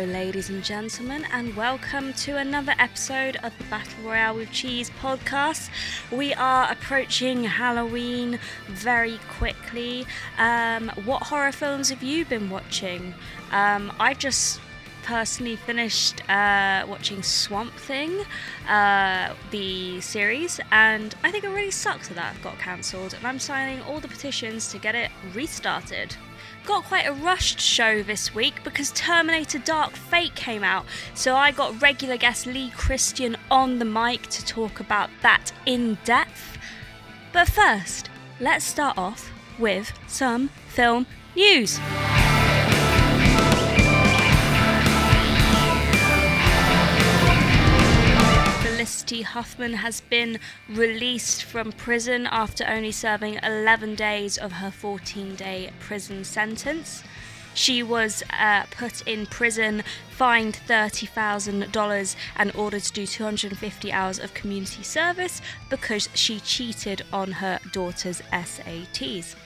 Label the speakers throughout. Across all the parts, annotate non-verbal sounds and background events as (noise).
Speaker 1: and gentlemen, and welcome to another episode of the Battle Royale with Cheese podcast. We are approaching Halloween very quickly. Um, what horror films have you been watching? Um, I've just personally finished uh, watching Swamp Thing, uh, the series, and I think it really sucks that that got cancelled. And I'm signing all the petitions to get it restarted. Got quite a rushed show this week because Terminator Dark Fate came out, so I got regular guest Lee Christian on the mic to talk about that in depth. But first, let's start off with some film news. Felicity Huffman has been released from prison after only serving 11 days of her 14 day prison sentence. She was uh, put in prison, fined $30,000, and ordered to do 250 hours of community service because she cheated on her daughter's SATs.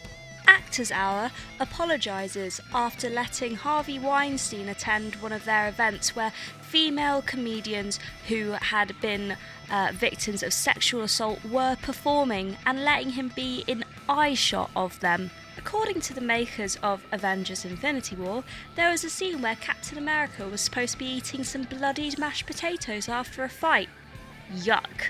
Speaker 1: Actors Hour apologises after letting Harvey Weinstein attend one of their events where female comedians who had been uh, victims of sexual assault were performing and letting him be in eye shot of them. According to the makers of Avengers Infinity War, there was a scene where Captain America was supposed to be eating some bloodied mashed potatoes after a fight. Yuck.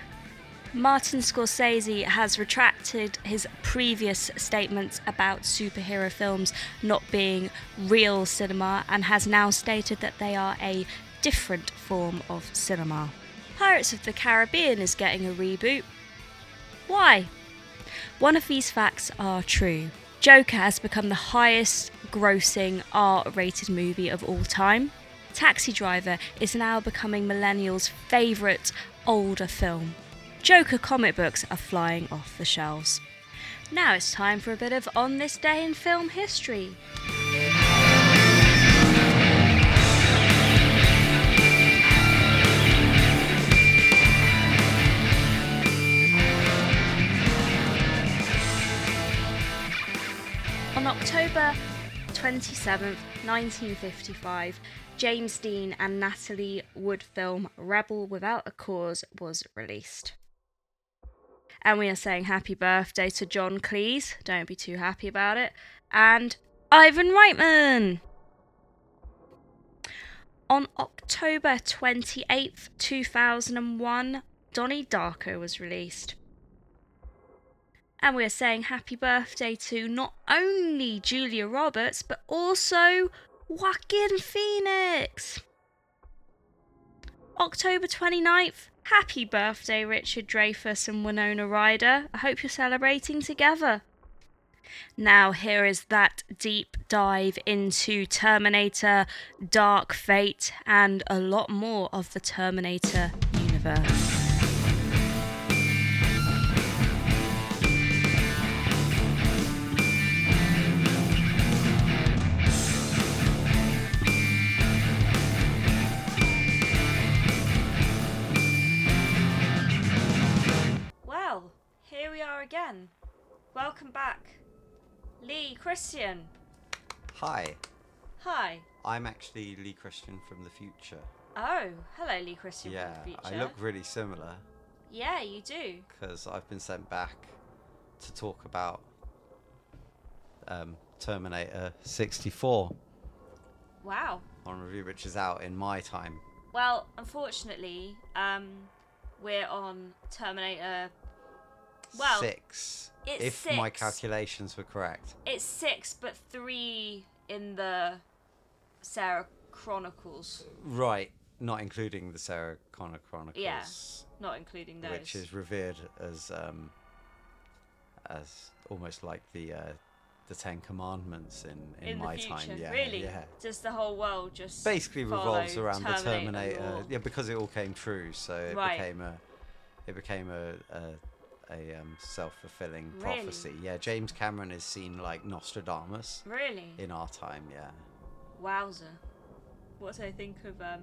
Speaker 1: Martin Scorsese has retracted his previous statements about superhero films not being real cinema and has now stated that they are a different form of cinema. Pirates of the Caribbean is getting a reboot. Why? One of these facts are true. Joker has become the highest grossing R rated movie of all time. Taxi Driver is now becoming millennials' favourite older film. Joker comic books are flying off the shelves. Now it's time for a bit of On This Day in Film History. On October 27th, 1955, James Dean and Natalie Wood film Rebel Without a Cause was released. And we are saying happy birthday to John Cleese. Don't be too happy about it. And Ivan Reitman. On October 28th, 2001, Donnie Darko was released. And we are saying happy birthday to not only Julia Roberts, but also Joaquin Phoenix. October 29th, Happy birthday, Richard Dreyfuss and Winona Ryder. I hope you're celebrating together. Now, here is that deep dive into Terminator, Dark Fate, and a lot more of the Terminator universe. Well, here we are again. Welcome back. Lee, Christian.
Speaker 2: Hi,
Speaker 1: Hi.
Speaker 2: I'm actually Lee Christian from the future.
Speaker 1: Oh, hello, Lee Christian
Speaker 2: yeah,
Speaker 1: from the future.
Speaker 2: I look really similar
Speaker 1: yeah, you do.
Speaker 2: because I've been sent back to talk about um, Terminator 64
Speaker 1: Wow.
Speaker 2: on review, which is out in my time.
Speaker 1: Well, unfortunately, um, we're on Terminator. Well,
Speaker 2: six.
Speaker 1: it's
Speaker 2: if my
Speaker 1: six.
Speaker 2: calculations were correct.
Speaker 1: it's six, but three in the Sarah Chronicles,
Speaker 2: Right, not including the Sarah Connor Chronicles,
Speaker 1: not including those.
Speaker 2: which is revered as um, as almost like the uh, the Ten Commandments in, in,
Speaker 1: in
Speaker 2: my
Speaker 1: the future.
Speaker 2: time. Yeah,
Speaker 1: really?
Speaker 2: yeah.
Speaker 1: Does the whole world just
Speaker 2: basically revolves
Speaker 1: follow
Speaker 2: around the Terminator,
Speaker 1: law?
Speaker 2: yeah, because it all came true. So it
Speaker 1: Right.
Speaker 2: became a, it became a, a, a um, self-fulfilling
Speaker 1: Really?
Speaker 2: prophecy. Yeah, James Cameron is seen like Nostradamus
Speaker 1: Really?
Speaker 2: in our time. Yeah,
Speaker 1: Wowzer. What do I think of um?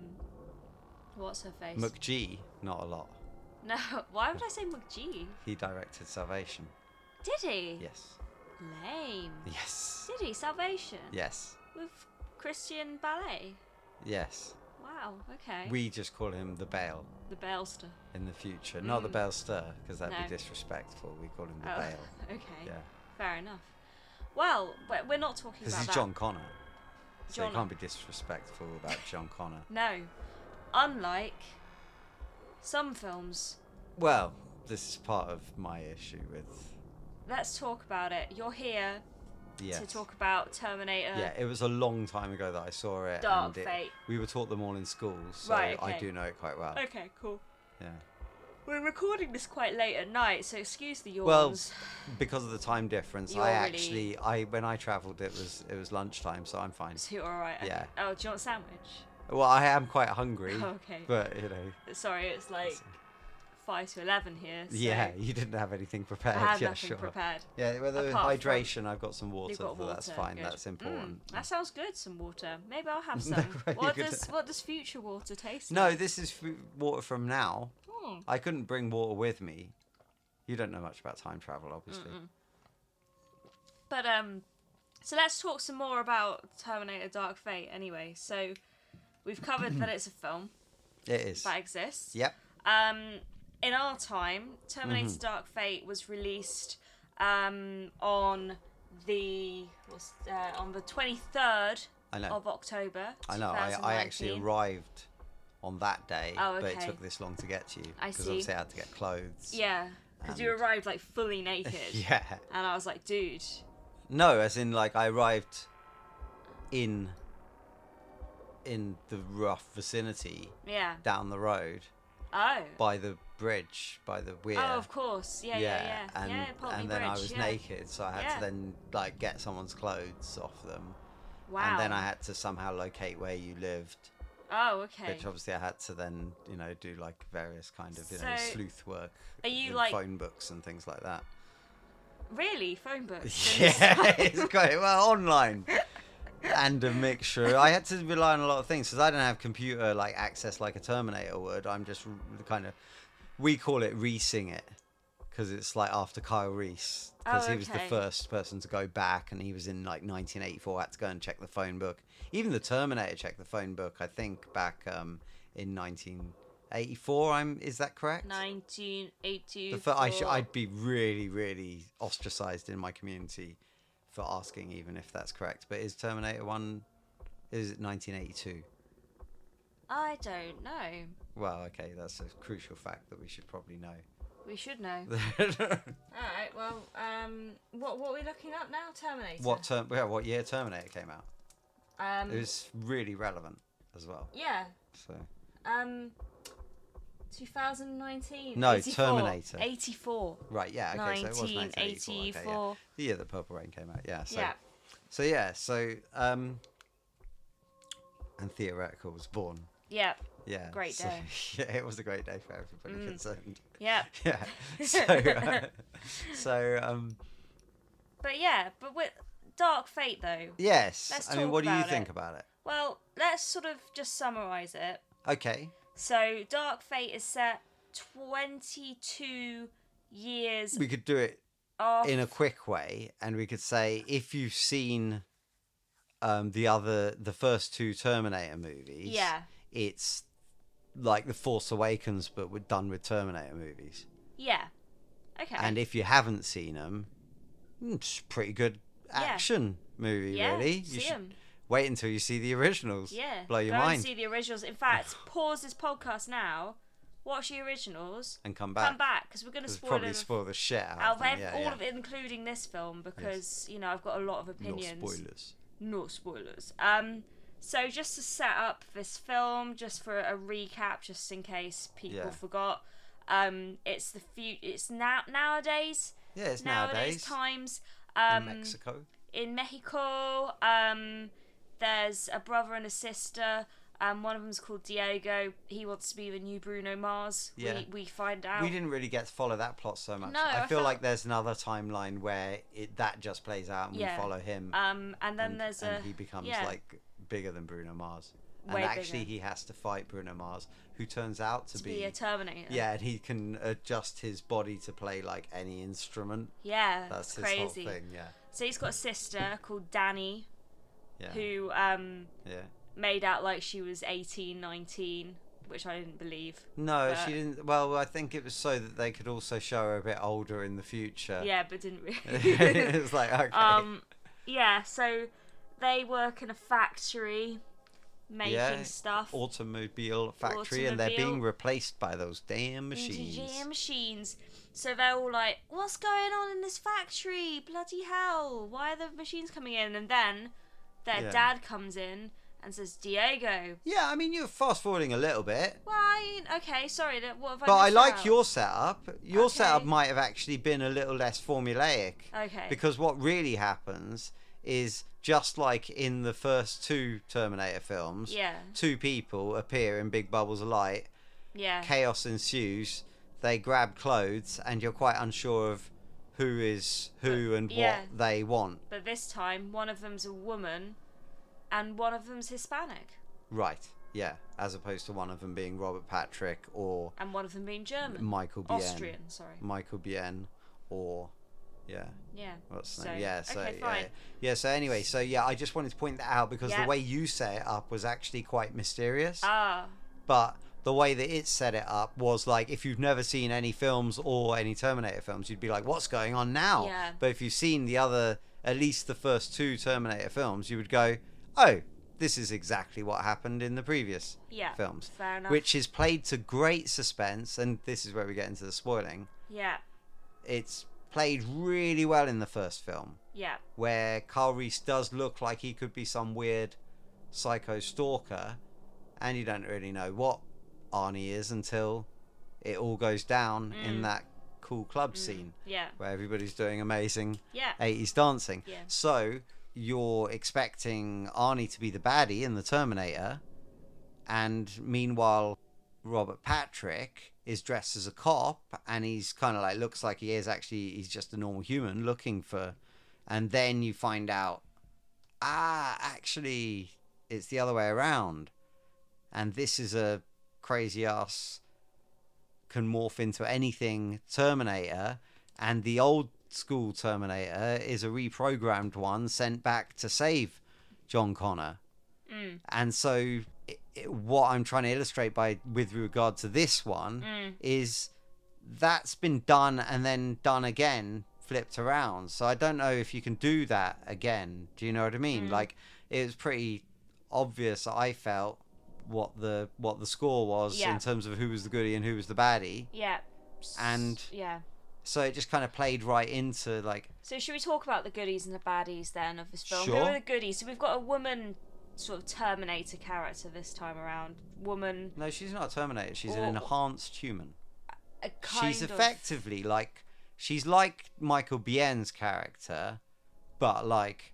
Speaker 1: What's her face?
Speaker 2: McGee, not a lot.
Speaker 1: (laughs) no, why would I say McGee?
Speaker 2: He directed Salvation.
Speaker 1: Did he?
Speaker 2: Yes,
Speaker 1: Lame.
Speaker 2: yes,
Speaker 1: Did he? Salvation.
Speaker 2: yes,
Speaker 1: With Christian ballet.
Speaker 2: yes.
Speaker 1: Wow. Okay.
Speaker 2: We just call him the Bale
Speaker 1: the Bailster.
Speaker 2: in the future, not the
Speaker 1: Mm.
Speaker 2: Bale Stir, because that'd
Speaker 1: No.
Speaker 2: be disrespectful. We call him the
Speaker 1: Oh,
Speaker 2: Bale.
Speaker 1: (laughs) okay.
Speaker 2: Yeah,
Speaker 1: Fair enough. Well, but we're not talking
Speaker 2: because
Speaker 1: about
Speaker 2: he's
Speaker 1: that.
Speaker 2: John Connor, so
Speaker 1: John-
Speaker 2: you can't be disrespectful about John Connor.
Speaker 1: No. Unlike some films.
Speaker 2: Well, this is part of my issue with
Speaker 1: Let's talk about it. You're here
Speaker 2: yes.
Speaker 1: to talk about Terminator.
Speaker 2: yeah, it was a long time ago that I saw it.
Speaker 1: Dark
Speaker 2: and it-
Speaker 1: Fate.
Speaker 2: We were taught them all in school, so
Speaker 1: Right,
Speaker 2: I
Speaker 1: okay.
Speaker 2: do know it quite well.
Speaker 1: Okay, cool.
Speaker 2: Yeah.
Speaker 1: We're recording this quite late at night, so excuse the yawns.
Speaker 2: Well, because of the time difference,
Speaker 1: You're
Speaker 2: I
Speaker 1: really-
Speaker 2: actually, I when I travelled, it was it was lunchtime, so I'm fine.
Speaker 1: so (laughs) you're alright. okay.
Speaker 2: yeah.
Speaker 1: Oh, do you want a sandwich?
Speaker 2: Well, I am quite hungry,
Speaker 1: Oh, (laughs) okay.
Speaker 2: but you know,
Speaker 1: Sorry, it's like five to eleven here. So
Speaker 2: yeah, you didn't have anything
Speaker 1: I
Speaker 2: prepared.
Speaker 1: have
Speaker 2: (laughs) yeah,
Speaker 1: nothing
Speaker 2: sure.
Speaker 1: prepared.
Speaker 2: Yeah, whether with
Speaker 1: Apart from-
Speaker 2: hydration, I've got some water,
Speaker 1: You've got
Speaker 2: but
Speaker 1: water.
Speaker 2: that's fine.
Speaker 1: good.
Speaker 2: That's
Speaker 1: Mm,
Speaker 2: important.
Speaker 1: that sounds good. Some water. Maybe I'll
Speaker 2: (laughs)
Speaker 1: have
Speaker 2: No
Speaker 1: some.
Speaker 2: way
Speaker 1: what
Speaker 2: you're
Speaker 1: does what does future water taste
Speaker 2: No,
Speaker 1: like?
Speaker 2: this is fu- water from now.
Speaker 1: Hmm.
Speaker 2: I couldn't bring water with me. You don't know much about time travel, obviously.
Speaker 1: But um, so let's talk some more about Terminator: Dark Fate. Anyway, so we've covered that it's a film
Speaker 2: It is.
Speaker 1: that exists.
Speaker 2: Yep.
Speaker 1: Um, in our time, Terminator:
Speaker 2: Mm-hmm.
Speaker 1: Dark Fate was released um on the was uh, on the twenty third
Speaker 2: I know.
Speaker 1: of October.
Speaker 2: I know. I, I actually
Speaker 1: 2019.
Speaker 2: arrived on that day,
Speaker 1: Oh,
Speaker 2: but it
Speaker 1: okay.
Speaker 2: took this long to get to you
Speaker 1: I
Speaker 2: because
Speaker 1: see.
Speaker 2: obviously I had to get clothes. (laughs)
Speaker 1: Yeah, because you
Speaker 2: And-
Speaker 1: arrived like fully naked.
Speaker 2: yeah.
Speaker 1: And I was like, dude,
Speaker 2: No, as in like I arrived in in the rough vicinity
Speaker 1: yeah.
Speaker 2: down the road
Speaker 1: Oh.
Speaker 2: by the bridge by the weir.
Speaker 1: Oh, of course. Yeah, yeah, yeah. Yeah,
Speaker 2: and,
Speaker 1: Pulteney
Speaker 2: and then I
Speaker 1: Bridge,
Speaker 2: was
Speaker 1: yeah.
Speaker 2: naked, so I had
Speaker 1: Yeah.
Speaker 2: to then like get someone's clothes off them,
Speaker 1: Wow.
Speaker 2: and then I had to somehow locate where you lived,
Speaker 1: Oh, okay.
Speaker 2: which obviously I had to then you know do like various kind of you know
Speaker 1: So-
Speaker 2: sleuth work,
Speaker 1: Are you,
Speaker 2: in
Speaker 1: like-
Speaker 2: phone books and things like that.
Speaker 1: Really? Phone
Speaker 2: (laughs)
Speaker 1: books? (laughs)
Speaker 2: yeah, it's great. Well, online. And a mixture. I had to rely on a lot of things because I don't have computer like access like a Terminator would. I'm just r- kind of, we call it reesing it because it's like after Kyle Reese because
Speaker 1: Oh,
Speaker 2: he was the
Speaker 1: okay.
Speaker 2: first person to go back and he was in like 1984. had to go and check the phone book. Even the Terminator checked the phone book. I think back um, in 1984. I'm is that correct?
Speaker 1: 1980.
Speaker 2: The fir- I sh- I'd be really, really ostracized in my community for asking, even if that's correct. But is Terminator One? Is it 1982?
Speaker 1: I don't know.
Speaker 2: Well, okay, that's a crucial fact that we should probably know. (laughs)
Speaker 1: We should know. All right. Well, um, what what are we looking up now? Terminator.
Speaker 2: what term? Yeah, what year Terminator came out?
Speaker 1: Um.
Speaker 2: It was really relevant as well.
Speaker 1: Yeah.
Speaker 2: So
Speaker 1: Um. 2019.
Speaker 2: No,
Speaker 1: 84,
Speaker 2: Terminator.
Speaker 1: 84.
Speaker 2: right, yeah, okay, so it was 1984. Okay, yeah.
Speaker 1: 1984.
Speaker 2: The year that Purple Rain came out. Yeah. So
Speaker 1: Yeah.
Speaker 2: so yeah, so um, and Theoretical was born.
Speaker 1: Yeah.
Speaker 2: Yeah.
Speaker 1: Great
Speaker 2: so-
Speaker 1: day.
Speaker 2: (laughs) yeah, it was a great day for everybody
Speaker 1: Mm.
Speaker 2: concerned. (laughs)
Speaker 1: Yeah.
Speaker 2: Yeah.
Speaker 1: (laughs)
Speaker 2: So, uh, (laughs) so um,
Speaker 1: But yeah, but with Dark Fate though.
Speaker 2: yes.
Speaker 1: Let's
Speaker 2: I mean,
Speaker 1: talk
Speaker 2: what do you
Speaker 1: about
Speaker 2: think
Speaker 1: it.
Speaker 2: about it?
Speaker 1: Well, let's sort of just summarize it.
Speaker 2: Okay.
Speaker 1: So Dark Fate is set 22 years
Speaker 2: We could do it
Speaker 1: after.
Speaker 2: in a quick way, and we could say if you've seen um, the other, the first two Terminator movies,
Speaker 1: yeah.
Speaker 2: it's like The Force Awakens, but we're done with Terminator movies.
Speaker 1: Yeah. Okay.
Speaker 2: And if you haven't seen them, it's a pretty good
Speaker 1: Yeah.
Speaker 2: action movie,
Speaker 1: yeah,
Speaker 2: really.
Speaker 1: See
Speaker 2: you should
Speaker 1: 'em.
Speaker 2: wait until you see the originals.
Speaker 1: Yeah.
Speaker 2: Blow your
Speaker 1: Go
Speaker 2: mind
Speaker 1: and see the originals. In
Speaker 2: (sighs)
Speaker 1: fact, pause this podcast now. Watch the originals.
Speaker 2: and come back.
Speaker 1: Come back because we're going to
Speaker 2: It's
Speaker 1: spoil
Speaker 2: probably
Speaker 1: it.
Speaker 2: spoil the shit out,
Speaker 1: Out
Speaker 2: of
Speaker 1: of
Speaker 2: them,
Speaker 1: ev-
Speaker 2: yeah,
Speaker 1: all
Speaker 2: yeah.
Speaker 1: of it, including this film, because you know I've got a lot of opinions.
Speaker 2: No spoilers.
Speaker 1: No spoilers. Um, so just to set up this film, just for a recap, just in case people
Speaker 2: Yeah.
Speaker 1: forgot, um, it's the few. It's now nowadays.
Speaker 2: Yeah, it's
Speaker 1: Nowadays,
Speaker 2: nowadays,
Speaker 1: times.
Speaker 2: in
Speaker 1: Um,
Speaker 2: Mexico.
Speaker 1: in Mexico, um, there's a brother and a sister. Um, one of them's called Diego. He wants to be the new Bruno Mars.
Speaker 2: Yeah.
Speaker 1: We, we find out.
Speaker 2: We didn't really get to follow that plot so much.
Speaker 1: No,
Speaker 2: I,
Speaker 1: I
Speaker 2: feel
Speaker 1: felt-
Speaker 2: like there's another timeline where it that just plays out and
Speaker 1: Yeah.
Speaker 2: we follow him.
Speaker 1: um, and then
Speaker 2: and,
Speaker 1: there's a
Speaker 2: and he becomes
Speaker 1: yeah.
Speaker 2: like bigger than Bruno Mars.
Speaker 1: Way
Speaker 2: and actually,
Speaker 1: bigger.
Speaker 2: he has to fight Bruno Mars, who turns out to,
Speaker 1: to be a Terminator.
Speaker 2: yeah, and he can adjust his body to play like any instrument.
Speaker 1: yeah.
Speaker 2: That's
Speaker 1: it's
Speaker 2: his
Speaker 1: crazy.
Speaker 2: whole thing. Yeah, (laughs)
Speaker 1: So he's got a sister called Danny,
Speaker 2: yeah,
Speaker 1: who um,
Speaker 2: yeah.
Speaker 1: made out like she was 18, 19, which I didn't believe.
Speaker 2: No,
Speaker 1: But-
Speaker 2: she didn't. Well, I think it was so that they could also show her a bit older in the future. (laughs)
Speaker 1: Yeah, (laughs) but didn't really.
Speaker 2: it was like okay.
Speaker 1: um, yeah, so they work in a factory making
Speaker 2: yeah,
Speaker 1: stuff.
Speaker 2: automobile factory, and they're
Speaker 1: Automobile.
Speaker 2: being replaced by those damn machines.
Speaker 1: machines. machines. So they're all like, "What's going on in this factory? Bloody hell! Why are the machines coming in?" And then their
Speaker 2: Yeah.
Speaker 1: dad comes in and says, "Diego,
Speaker 2: Yeah, I mean you're fast forwarding a little bit,
Speaker 1: why? Okay, sorry. that- What have I?"
Speaker 2: but I
Speaker 1: missed
Speaker 2: like
Speaker 1: out?"
Speaker 2: your setup. Your
Speaker 1: Okay.
Speaker 2: setup might have actually been a little less formulaic
Speaker 1: Okay.
Speaker 2: because what really happens is just like in the first two Terminator films,
Speaker 1: yeah,
Speaker 2: two people appear in big bubbles of light,
Speaker 1: yeah,
Speaker 2: chaos ensues. They grab clothes, and you're quite unsure of who is who and
Speaker 1: yeah.
Speaker 2: what they want.
Speaker 1: but this time one of them's a woman, and one of them's Hispanic,
Speaker 2: Right. Yeah. As opposed to one of them being Robert Patrick or
Speaker 1: and one of them being German,
Speaker 2: Michael Biehn.
Speaker 1: Austrian. Sorry.
Speaker 2: Michael Biehn or yeah.
Speaker 1: Yeah.
Speaker 2: What's the
Speaker 1: So,
Speaker 2: name? Yeah, so
Speaker 1: okay,
Speaker 2: yeah,
Speaker 1: fine.
Speaker 2: yeah. So anyway, so yeah, I just wanted to point that out because
Speaker 1: Yep.
Speaker 2: the way you set it up was actually quite mysterious.
Speaker 1: Ah.
Speaker 2: but the way that it set it up was like if you've never seen any films or any Terminator films, you'd be like, What's going on now?
Speaker 1: Yeah.
Speaker 2: But if you've seen the other at least the first two Terminator films, you would go, Oh, this is exactly what happened in the previous
Speaker 1: Yeah.
Speaker 2: films.
Speaker 1: Fair enough.
Speaker 2: Which is played to great suspense, and this is where we get into the spoiling.
Speaker 1: Yeah.
Speaker 2: It's played really well in the first film,
Speaker 1: Yeah.
Speaker 2: where Carl Reese does look like he could be some weird psycho stalker, and you don't really know what Arnie is until it all goes down in
Speaker 1: Mm.
Speaker 2: that cool club scene
Speaker 1: Yeah.
Speaker 2: where everybody's doing amazing
Speaker 1: Yeah.
Speaker 2: 80s dancing.
Speaker 1: Yeah.
Speaker 2: So you're expecting Arnie to be the baddie in the Terminator, and meanwhile, Robert Patrick is dressed as a cop and he's kind of like looks like he is actually he's just a normal human looking for and then you find out ah actually it's the other way around and this is a crazy ass can morph into anything Terminator, and the old school Terminator is a reprogrammed one sent back to save John Connor.
Speaker 1: Mm.
Speaker 2: And so, i i what I'm trying to illustrate by with regard to this one
Speaker 1: Mm.
Speaker 2: is that's been done and then done again, flipped around. So I don't know if you can do that again. Do you know what I mean?
Speaker 1: Mm.
Speaker 2: Like it was pretty obvious. I felt what the what the score was
Speaker 1: Yeah.
Speaker 2: in terms of who was the goodie and who was the baddie.
Speaker 1: Yeah.
Speaker 2: And-
Speaker 1: yeah.
Speaker 2: So it just kind of played right into like
Speaker 1: So should we talk about the goodies and the baddies then of this film? Who
Speaker 2: Sure.
Speaker 1: are the goodies? So we've got a woman sort of Terminator character this time around. Woman,
Speaker 2: no, she's not a Terminator. She's
Speaker 1: Or-
Speaker 2: an enhanced human.
Speaker 1: a Oh. kind
Speaker 2: she's
Speaker 1: of
Speaker 2: effectively like she's like Michael Bien's character, but like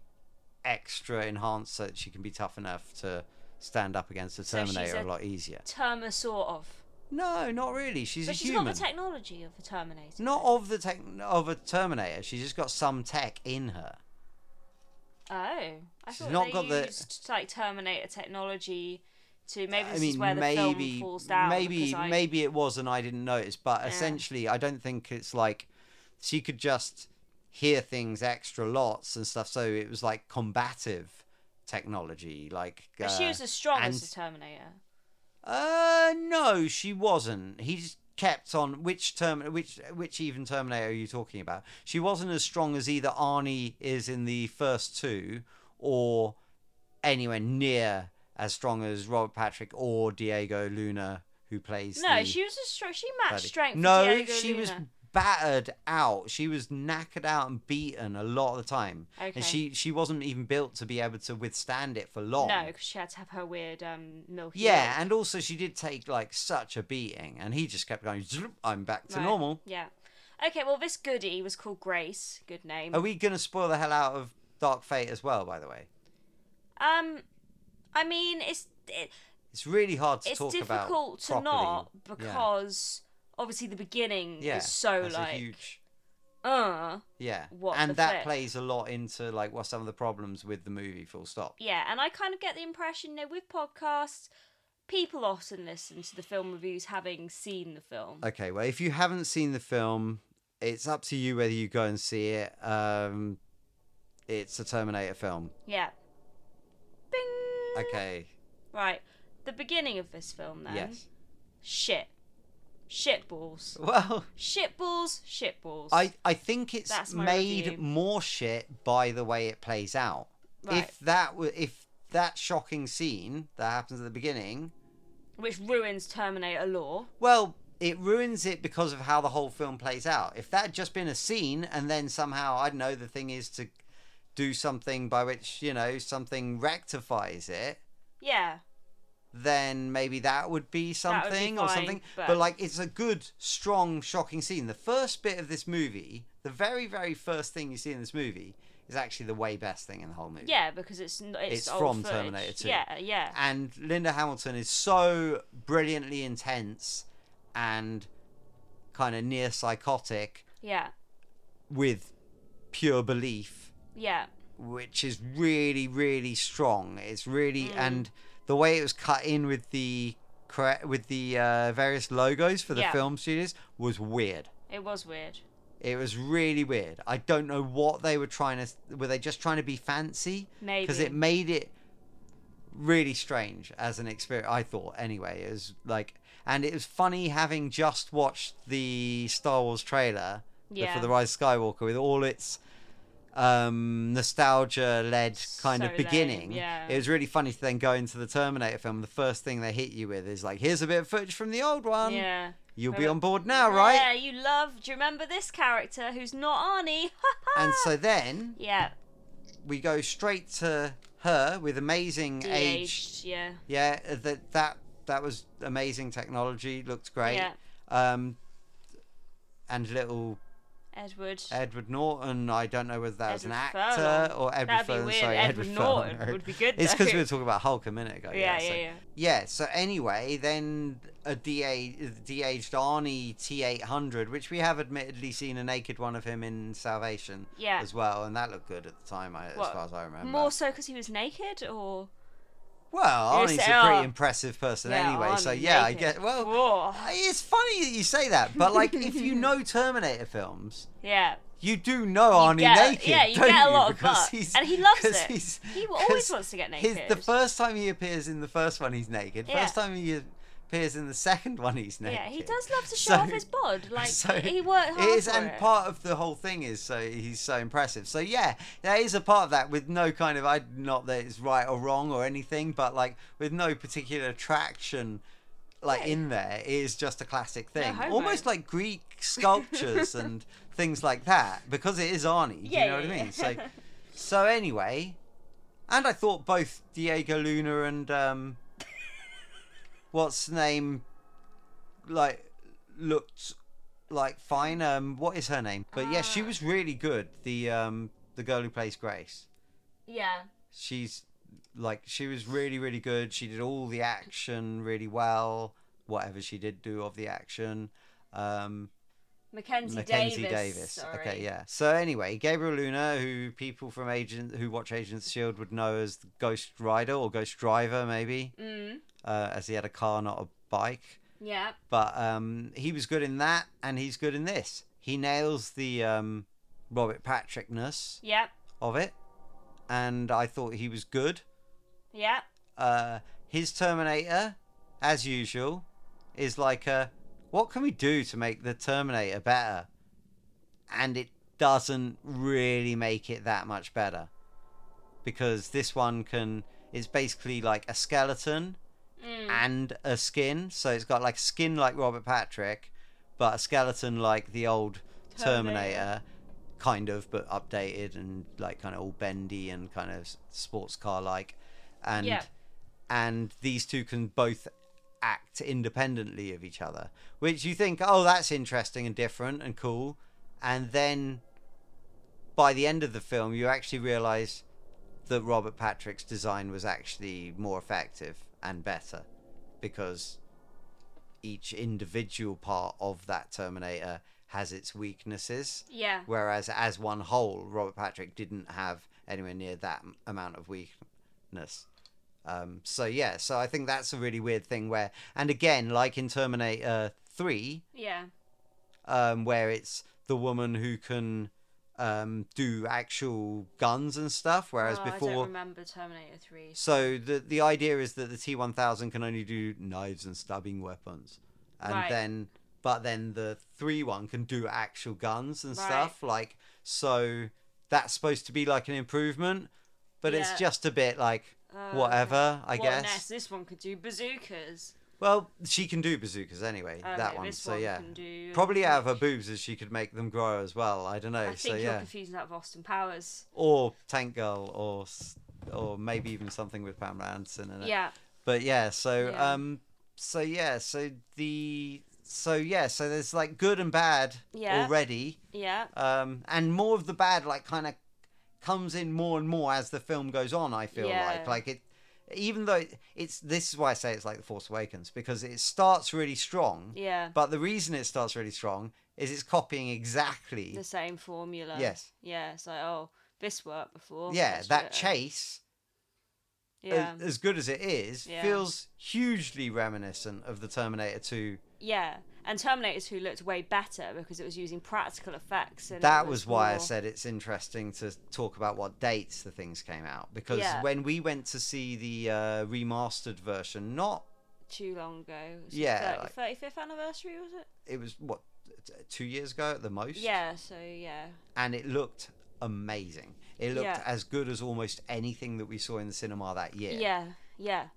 Speaker 2: extra enhanced so that she can be tough enough to stand up against the
Speaker 1: So she's
Speaker 2: Terminator a...
Speaker 1: a-
Speaker 2: lot easier.
Speaker 1: Terma sort of,
Speaker 2: No, not really. She's
Speaker 1: but
Speaker 2: a
Speaker 1: she's
Speaker 2: human.
Speaker 1: got the technology of a Terminator.
Speaker 2: not of the tech of a Terminator. She's just got some tech in her.
Speaker 1: Oh, I
Speaker 2: She's
Speaker 1: thought
Speaker 2: not
Speaker 1: they
Speaker 2: got the-
Speaker 1: used like Terminator technology to maybe
Speaker 2: I
Speaker 1: this is
Speaker 2: mean,
Speaker 1: where the
Speaker 2: maybe,
Speaker 1: film falls down.
Speaker 2: maybe,
Speaker 1: because I-
Speaker 2: maybe it was, and I didn't notice. But
Speaker 1: Yeah.
Speaker 2: essentially, I don't think it's like she could just hear things extra lots and stuff. So it was like combative technology, like.
Speaker 1: But she
Speaker 2: uh,
Speaker 1: was as strong as
Speaker 2: and-
Speaker 1: the Terminator.
Speaker 2: uh, no, she wasn't. He just kept on which term, which which even Terminator are you talking about? She wasn't as strong as either Arnie is in the first two, or anywhere near as strong as Robert Patrick or Diego Luna, who plays.
Speaker 1: No,
Speaker 2: the
Speaker 1: she was a str- she matched
Speaker 2: baddie.
Speaker 1: strength. with
Speaker 2: No,
Speaker 1: Diego
Speaker 2: she was
Speaker 1: Luna.
Speaker 2: battered out. She was knackered out and beaten a lot of the time,
Speaker 1: Okay.
Speaker 2: and she she wasn't even built to be able to withstand it for long.
Speaker 1: No, because she had to have her weird um, milky.
Speaker 2: Yeah,
Speaker 1: milk.
Speaker 2: and also she did take like such a beating, and he just kept going. "Zoop, I'm back to
Speaker 1: Right,
Speaker 2: normal.
Speaker 1: Yeah. Okay, well, this goodie was called Grace. Good name.
Speaker 2: Are we gonna spoil the hell out of Dark Fate as well? By the way,
Speaker 1: Um, I mean, it's it,
Speaker 2: it's really hard to
Speaker 1: it's
Speaker 2: talk about.
Speaker 1: difficult to
Speaker 2: properly.
Speaker 1: not
Speaker 2: Yeah.
Speaker 1: because obviously the beginning
Speaker 2: yeah,
Speaker 1: is so
Speaker 2: that's
Speaker 1: like,
Speaker 2: a huge.
Speaker 1: uh,
Speaker 2: Yeah,
Speaker 1: what the
Speaker 2: and that
Speaker 1: frick?
Speaker 2: plays a lot into like what some of the problems with the movie. Full stop.
Speaker 1: yeah. And I kind of get the impression that with podcasts, people often listen to the film reviews having seen the film.
Speaker 2: Okay, well, if you haven't seen the film, it's up to you whether you go and see it. Um, it's a Terminator film.
Speaker 1: yeah. Bing.
Speaker 2: Okay,
Speaker 1: Right. The beginning of this film then.
Speaker 2: Yes. (laughs)
Speaker 1: Shit. Shit balls.
Speaker 2: Well,
Speaker 1: Shit balls, shit balls.
Speaker 2: I, I think it's
Speaker 1: That's my
Speaker 2: made
Speaker 1: review.
Speaker 2: more shit by the way it plays out.
Speaker 1: Right.
Speaker 2: If that were if that shocking scene that happens at the beginning,
Speaker 1: Which ruins Terminator lore.
Speaker 2: well, it ruins it because of how the whole film plays out. If that had just been a scene and then somehow I don't know the thing is to do something by which, you know, something rectifies it,
Speaker 1: Yeah.
Speaker 2: then maybe that would be
Speaker 1: That
Speaker 2: something
Speaker 1: would be
Speaker 2: or
Speaker 1: fine,
Speaker 2: something.
Speaker 1: but-
Speaker 2: But... like, it's a good, strong, shocking scene. The first bit of this movie, the very, very first thing you see in this movie, is actually the way best thing in the whole movie.
Speaker 1: Yeah, because it's n- it's,
Speaker 2: It's
Speaker 1: old
Speaker 2: from
Speaker 1: footage.
Speaker 2: Terminator 2.
Speaker 1: Yeah, yeah.
Speaker 2: And Linda Hamilton is so brilliantly intense and kind of near psychotic
Speaker 1: Yeah.
Speaker 2: with pure belief
Speaker 1: Yeah.
Speaker 2: which is really really strong it's really
Speaker 1: Mm.
Speaker 2: and the way it was cut in with the correct with the uh, various logos for the
Speaker 1: Yeah.
Speaker 2: film studios was weird
Speaker 1: It was weird.
Speaker 2: it was really weird i don't know what they were trying to were they just trying to be fancy
Speaker 1: Maybe.
Speaker 2: because it made it really strange as an experience i thought anyway it was like and it was funny having just watched the star wars trailer the-
Speaker 1: Yeah.
Speaker 2: for the rise of skywalker with all its um nostalgia led kind
Speaker 1: So
Speaker 2: of
Speaker 1: lame,
Speaker 2: beginning
Speaker 1: yeah.
Speaker 2: it was really funny to then go into the terminator film the first thing they hit you with is like here's a bit of footage from the old one
Speaker 1: yeah.
Speaker 2: you'll be
Speaker 1: Remember-
Speaker 2: on board now right
Speaker 1: Yeah, you love. Do you remember this character who's not Arnie? (laughs)
Speaker 2: and so then
Speaker 1: yeah.
Speaker 2: we go straight to her with amazing age
Speaker 1: De-aged. Yeah.
Speaker 2: Yeah, that that that was amazing technology. Looked great.
Speaker 1: Yeah.
Speaker 2: Um, and little
Speaker 1: Edward.
Speaker 2: Edward Norton. I don't know whether that was an
Speaker 1: Edward
Speaker 2: actor
Speaker 1: Furlong.
Speaker 2: or Edward
Speaker 1: That'd be
Speaker 2: Furlong.
Speaker 1: weird.
Speaker 2: Sorry,
Speaker 1: Edward
Speaker 2: Edward
Speaker 1: Norton
Speaker 2: Furlong.
Speaker 1: would be good,
Speaker 2: It's because
Speaker 1: though.
Speaker 2: we were talking about Hulk a minute ago.
Speaker 1: Yeah,
Speaker 2: so.
Speaker 1: yeah, yeah.
Speaker 2: Yeah, So anyway, then a de aged Arnie T eight hundred, which we have admittedly seen a naked one of him in Salvation.
Speaker 1: Yeah.
Speaker 2: As well, and that looked good at the time, I, as
Speaker 1: What,
Speaker 2: far as I remember.
Speaker 1: More so because he was naked, or
Speaker 2: Well,
Speaker 1: You
Speaker 2: Arnie's
Speaker 1: say,
Speaker 2: a pretty
Speaker 1: "Oh,
Speaker 2: impressive person
Speaker 1: yeah,
Speaker 2: anyway, so
Speaker 1: Arnie's
Speaker 2: yeah, I
Speaker 1: naked."
Speaker 2: get. Well,
Speaker 1: Whoa.
Speaker 2: it's funny that you say that, but like
Speaker 1: (laughs)
Speaker 2: if you know Terminator films,
Speaker 1: yeah,
Speaker 2: you do know Arnie
Speaker 1: get-
Speaker 2: naked.
Speaker 1: yeah, you
Speaker 2: don't
Speaker 1: get a
Speaker 2: you?
Speaker 1: lot of
Speaker 2: Because
Speaker 1: butt.
Speaker 2: he's-
Speaker 1: And he loves
Speaker 2: 'cause
Speaker 1: it.
Speaker 2: he's-
Speaker 1: He always
Speaker 2: 'cause
Speaker 1: wants to get naked.
Speaker 2: His, the first time he appears in the first one, he's naked.
Speaker 1: Yeah.
Speaker 2: First time he appears in the second one, he's naked.
Speaker 1: yeah, he does
Speaker 2: (laughs)
Speaker 1: love to show off his bod. (laughs) Like
Speaker 2: so
Speaker 1: he worked hard
Speaker 2: it is,
Speaker 1: for
Speaker 2: and
Speaker 1: it.
Speaker 2: part of the whole thing is so he's so impressive. So yeah, there is a part of that with no kind of I not that it's right or wrong or anything, but like with no particular attraction, like
Speaker 1: Yeah.
Speaker 2: in there, it is just a classic thing,
Speaker 1: homo.
Speaker 2: almost like
Speaker 1: (laughs)
Speaker 2: Greek sculptures and things like that, because it is Arnie. Do
Speaker 1: Yeah,
Speaker 2: you know
Speaker 1: yeah,
Speaker 2: what I
Speaker 1: yeah. (laughs)
Speaker 2: mean? So, so anyway, and I thought both Diego Luna and um, what's name, like looked like fine. Um, what is her name? But yeah, she
Speaker 1: Uh,
Speaker 2: was really good. The um, the girl who plays Grace.
Speaker 1: yeah,
Speaker 2: She's like she was really really good. She did all the action really well. Whatever she did do of the action. Um,
Speaker 1: Mackenzie,
Speaker 2: Mackenzie
Speaker 1: Davis.
Speaker 2: Davis.
Speaker 1: Sorry.
Speaker 2: Okay, yeah. So anyway, Gabriel Luna, who people from Agent who watch Agents Shield E would know as the Ghost Rider or Ghost Driver, maybe,
Speaker 1: Mm,
Speaker 2: uh, as he had a car, not a bike.
Speaker 1: yeah.
Speaker 2: But um, he was good in that, and he's good in this. He nails the um, Robert Patrickness
Speaker 1: Yep.
Speaker 2: of it, and I thought he was good.
Speaker 1: Yep.
Speaker 2: Uh, his Terminator, as usual, is like a what can we do to make the Terminator better? And it doesn't really make it that much better. Because this one can it's basically like a skeleton
Speaker 1: Mm,
Speaker 2: and a skin. So it's got like skin like Robert Patrick, but a skeleton like the old Terminator,
Speaker 1: Terminator.
Speaker 2: kind of, but updated and like kind of all bendy and kind of s- sports car like. And
Speaker 1: Yeah.
Speaker 2: and these two can both act independently of each other, which you think, oh, that's interesting and different and cool, and then by the end of the film, you actually realize that Robert Patrick's design was actually more effective and better because each individual part of that Terminator has its weaknesses.
Speaker 1: yeah.
Speaker 2: Whereas, as one whole, Robert Patrick didn't have anywhere near that m- amount of weakness. Um, so, yeah, so I think that's a really weird thing where, and again, like in Terminator 3,
Speaker 1: Yeah.
Speaker 2: um, where it's the woman who can um, do actual guns and stuff, whereas
Speaker 1: Oh, I don't
Speaker 2: before.
Speaker 1: remember Terminator 3.
Speaker 2: So the the idea is that the T1000 can only do knives and stabbing weapons, and
Speaker 1: Right.
Speaker 2: then but then the three one can do actual guns and
Speaker 1: Right.
Speaker 2: stuff like so that's supposed to be like an improvement, but it's
Speaker 1: Yeah.
Speaker 2: just a bit like
Speaker 1: Uh,
Speaker 2: whatever I
Speaker 1: what
Speaker 2: guess.
Speaker 1: next? This one could do bazookas.
Speaker 2: Well, she can do bazookas anyway. that
Speaker 1: Okay,
Speaker 2: one,
Speaker 1: this
Speaker 2: so
Speaker 1: one
Speaker 2: yeah.
Speaker 1: can do-
Speaker 2: Probably out of her boobs, as she could make them grow as well. I don't know.
Speaker 1: I think
Speaker 2: so
Speaker 1: you're
Speaker 2: yeah,
Speaker 1: confusing that with Austin Powers.
Speaker 2: or Tank Girl, or s- or maybe even something with Pamela Anderson in it
Speaker 1: Yeah.
Speaker 2: but yeah so
Speaker 1: Yeah.
Speaker 2: um so yeah so the so yeah so there's like good and bad
Speaker 1: Yeah.
Speaker 2: already
Speaker 1: Yeah.
Speaker 2: um and more of the bad like kind of comes in more and more as the film goes on i feel
Speaker 1: Yeah.
Speaker 2: like like it even though it's this is why i say it's like the force awakens because it starts really strong
Speaker 1: Yeah.
Speaker 2: but the reason it starts really strong is it's copying exactly
Speaker 1: The same formula.
Speaker 2: Yes.
Speaker 1: Yeah. It's like, oh, this worked before.
Speaker 2: yeah
Speaker 1: let's do
Speaker 2: that
Speaker 1: it.
Speaker 2: chase
Speaker 1: Yeah.
Speaker 2: as, as good as it is
Speaker 1: Yeah.
Speaker 2: feels hugely reminiscent of the terminator 2
Speaker 1: Yeah. And Terminator 2 looked way better because it was using practical effects. And it
Speaker 2: that was why I
Speaker 1: more-
Speaker 2: said it's interesting to talk about what dates the things came out because
Speaker 1: Yeah.
Speaker 2: when we went to see the uh, remastered version, not
Speaker 1: Too long ago. It was
Speaker 2: Yeah,
Speaker 1: like 30 35th anniversary, was it?
Speaker 2: it was what t- two years ago at the most,
Speaker 1: Yeah. So, yeah.
Speaker 2: and it looked amazing. It looked
Speaker 1: Yeah.
Speaker 2: as good as almost anything that we saw in the cinema that year,
Speaker 1: Yeah. Yeah. Yeah.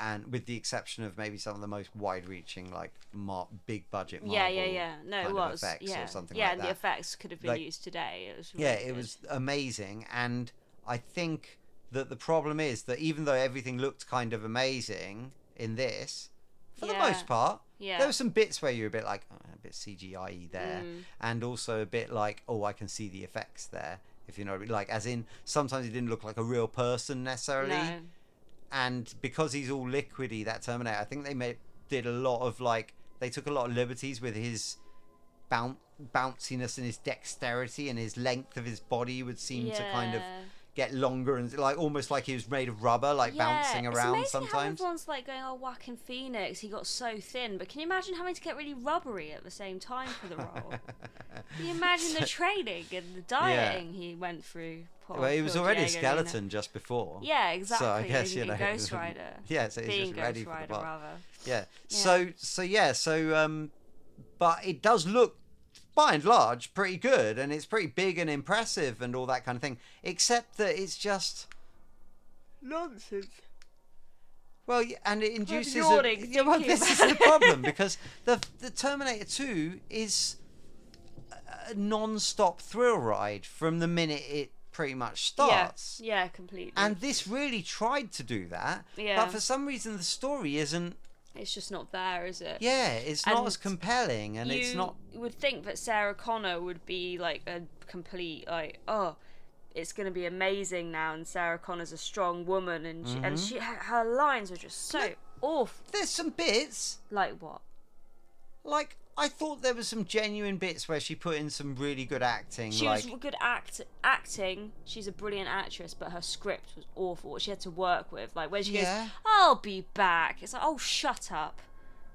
Speaker 2: and with the exception of maybe some of the most wide-reaching, like mar- big budget, Marvel
Speaker 1: Yeah, yeah, yeah. No,
Speaker 2: kind
Speaker 1: it
Speaker 2: of
Speaker 1: was.
Speaker 2: effects
Speaker 1: yeah,
Speaker 2: or something
Speaker 1: yeah,
Speaker 2: like
Speaker 1: and
Speaker 2: that.
Speaker 1: the effects could have been
Speaker 2: Like-
Speaker 1: used today. It was.
Speaker 2: yeah
Speaker 1: really
Speaker 2: it
Speaker 1: good.
Speaker 2: was amazing and i think that the problem is that even though everything looked kind of amazing in this for the
Speaker 1: Yeah.
Speaker 2: most part
Speaker 1: Yeah.
Speaker 2: there were some bits where you were a bit like oh, a bit cgi there
Speaker 1: Mm.
Speaker 2: and also a bit like oh i can see the effects there if you know what I mean. like as in sometimes it didn't look like a real person necessarily
Speaker 1: No.
Speaker 2: and because he's all liquidy that terminator i think they made did a lot of like they took a lot of liberties with his boun- bounciness and his dexterity and his length of his body would seem to kind of
Speaker 1: Yeah.
Speaker 2: get longer and like almost like he was made of rubber like bouncing
Speaker 1: yeah,
Speaker 2: around
Speaker 1: it's amazing
Speaker 2: sometimes (laughs)
Speaker 1: How everyone's like going, oh, whacking Phoenix, he got so thin. But can you imagine having to get really rubbery at the same time for the role?
Speaker 2: (laughs)
Speaker 1: can you imagine the training and the dieting he went through? Poor
Speaker 2: well, he was
Speaker 1: Phil
Speaker 2: already a
Speaker 1: Diego, you know.
Speaker 2: skeleton just before
Speaker 1: Yeah, exactly.
Speaker 2: so i guess you
Speaker 1: in
Speaker 2: know
Speaker 1: Ghost
Speaker 2: (laughs)
Speaker 1: Rider.
Speaker 2: yeah so he's
Speaker 1: Being
Speaker 2: just ready
Speaker 1: Ghost
Speaker 2: for the
Speaker 1: Rider,
Speaker 2: part.
Speaker 1: rather.
Speaker 2: Yeah. So so yeah, so um but it does look by and large pretty good and it's pretty big and impressive and all that kind of thing. Except that it's just
Speaker 1: Nonsense.
Speaker 2: well, y- and it induces. a-
Speaker 1: yawning
Speaker 2: yeah, well,
Speaker 1: thinking
Speaker 2: this is
Speaker 1: about
Speaker 2: the
Speaker 1: it.
Speaker 2: problem because the the Terminator Two is a non-stop thrill ride from the minute it pretty much starts.
Speaker 1: Yeah, yeah, completely.
Speaker 2: And this really tried to do that,
Speaker 1: Yeah.
Speaker 2: but for some reason the story isn't.
Speaker 1: it's just not there, is it?
Speaker 2: Yeah, it's not
Speaker 1: And
Speaker 2: as compelling, and
Speaker 1: you
Speaker 2: it's not
Speaker 1: would think that Sarah Connor would be like a complete like oh it's going to be amazing now and Sarah Connor's a strong woman and she,
Speaker 2: Mm-hmm.
Speaker 1: and she her, her lines were just so awful
Speaker 2: there's some bits
Speaker 1: like what
Speaker 2: like I thought there were some genuine bits where she put in some really good acting.
Speaker 1: she
Speaker 2: like
Speaker 1: was good act acting she's a brilliant actress but her script was awful what she had to work with like when she
Speaker 2: Yeah.
Speaker 1: goes I'll be back it's like oh shut up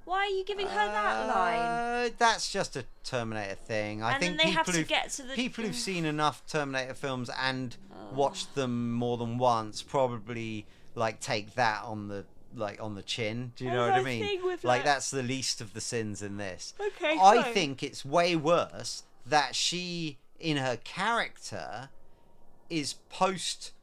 Speaker 1: why are you giving her that line
Speaker 2: Uh, that's just a Terminator thing. I
Speaker 1: And then
Speaker 2: think
Speaker 1: they
Speaker 2: people
Speaker 1: have to
Speaker 2: who've-
Speaker 1: get to the- Oh. (laughs)
Speaker 2: people who've seen enough Terminator films and watched them more than once probably like take that on the like on the chin. Do you
Speaker 1: And
Speaker 2: know what I
Speaker 1: my
Speaker 2: mean?
Speaker 1: thing with,
Speaker 2: like
Speaker 1: like-
Speaker 2: that's the least of the sins in this.
Speaker 1: Okay,
Speaker 2: I
Speaker 1: fine.
Speaker 2: think it's way worse that she in her character is post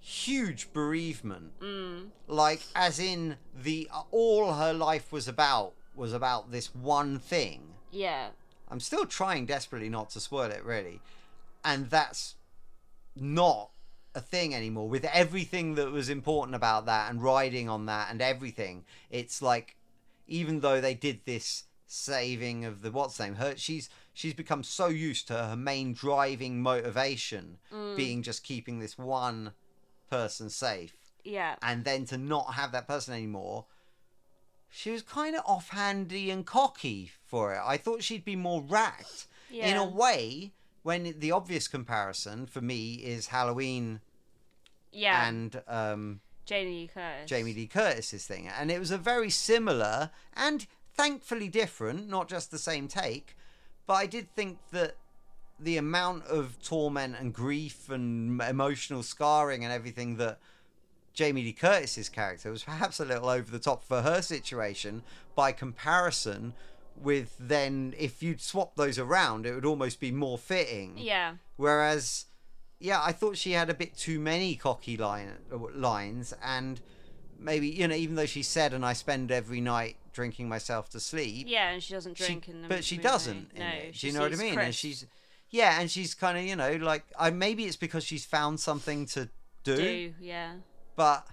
Speaker 2: huge bereavement
Speaker 1: Mm.
Speaker 2: like as in the all her life was about was about this one thing
Speaker 1: yeah
Speaker 2: i'm still trying desperately not to spoil it really and that's not a thing anymore with everything that was important about that and riding on that and everything it's like even though they did this saving of the what's name her she's she's become so used to her main driving motivation being just keeping this one person safe
Speaker 1: yeah
Speaker 2: and then to not have that person anymore, she was kind of offhandy and cocky for it. I thought she'd be more racked. In
Speaker 1: Yeah.
Speaker 2: a way, when the obvious comparison for me is Halloween
Speaker 1: yeah
Speaker 2: and um,
Speaker 1: Jamie Lee Curtis
Speaker 2: Jamie Lee Curtis's thing. And it was a very similar and thankfully different, not just the same take. But I did think that the amount of torment and grief and emotional scarring and everything that Jamie Lee Curtis's character was perhaps a little over the top for her situation by comparison with then if you'd swap those around it would almost be more fitting
Speaker 1: Yeah.
Speaker 2: whereas yeah I thought she had a bit too many cocky line lines and maybe you know even though she said and I spend every night drinking myself to sleep
Speaker 1: Yeah, and she doesn't
Speaker 2: she-
Speaker 1: drink in the
Speaker 2: but she
Speaker 1: movie.
Speaker 2: doesn't in
Speaker 1: No,
Speaker 2: it.
Speaker 1: she
Speaker 2: do you know what i
Speaker 1: sees
Speaker 2: mean and
Speaker 1: Chris.
Speaker 2: she's yeah and she's kind of you know like i maybe it's because she's found something to do,
Speaker 1: do yeah.
Speaker 2: but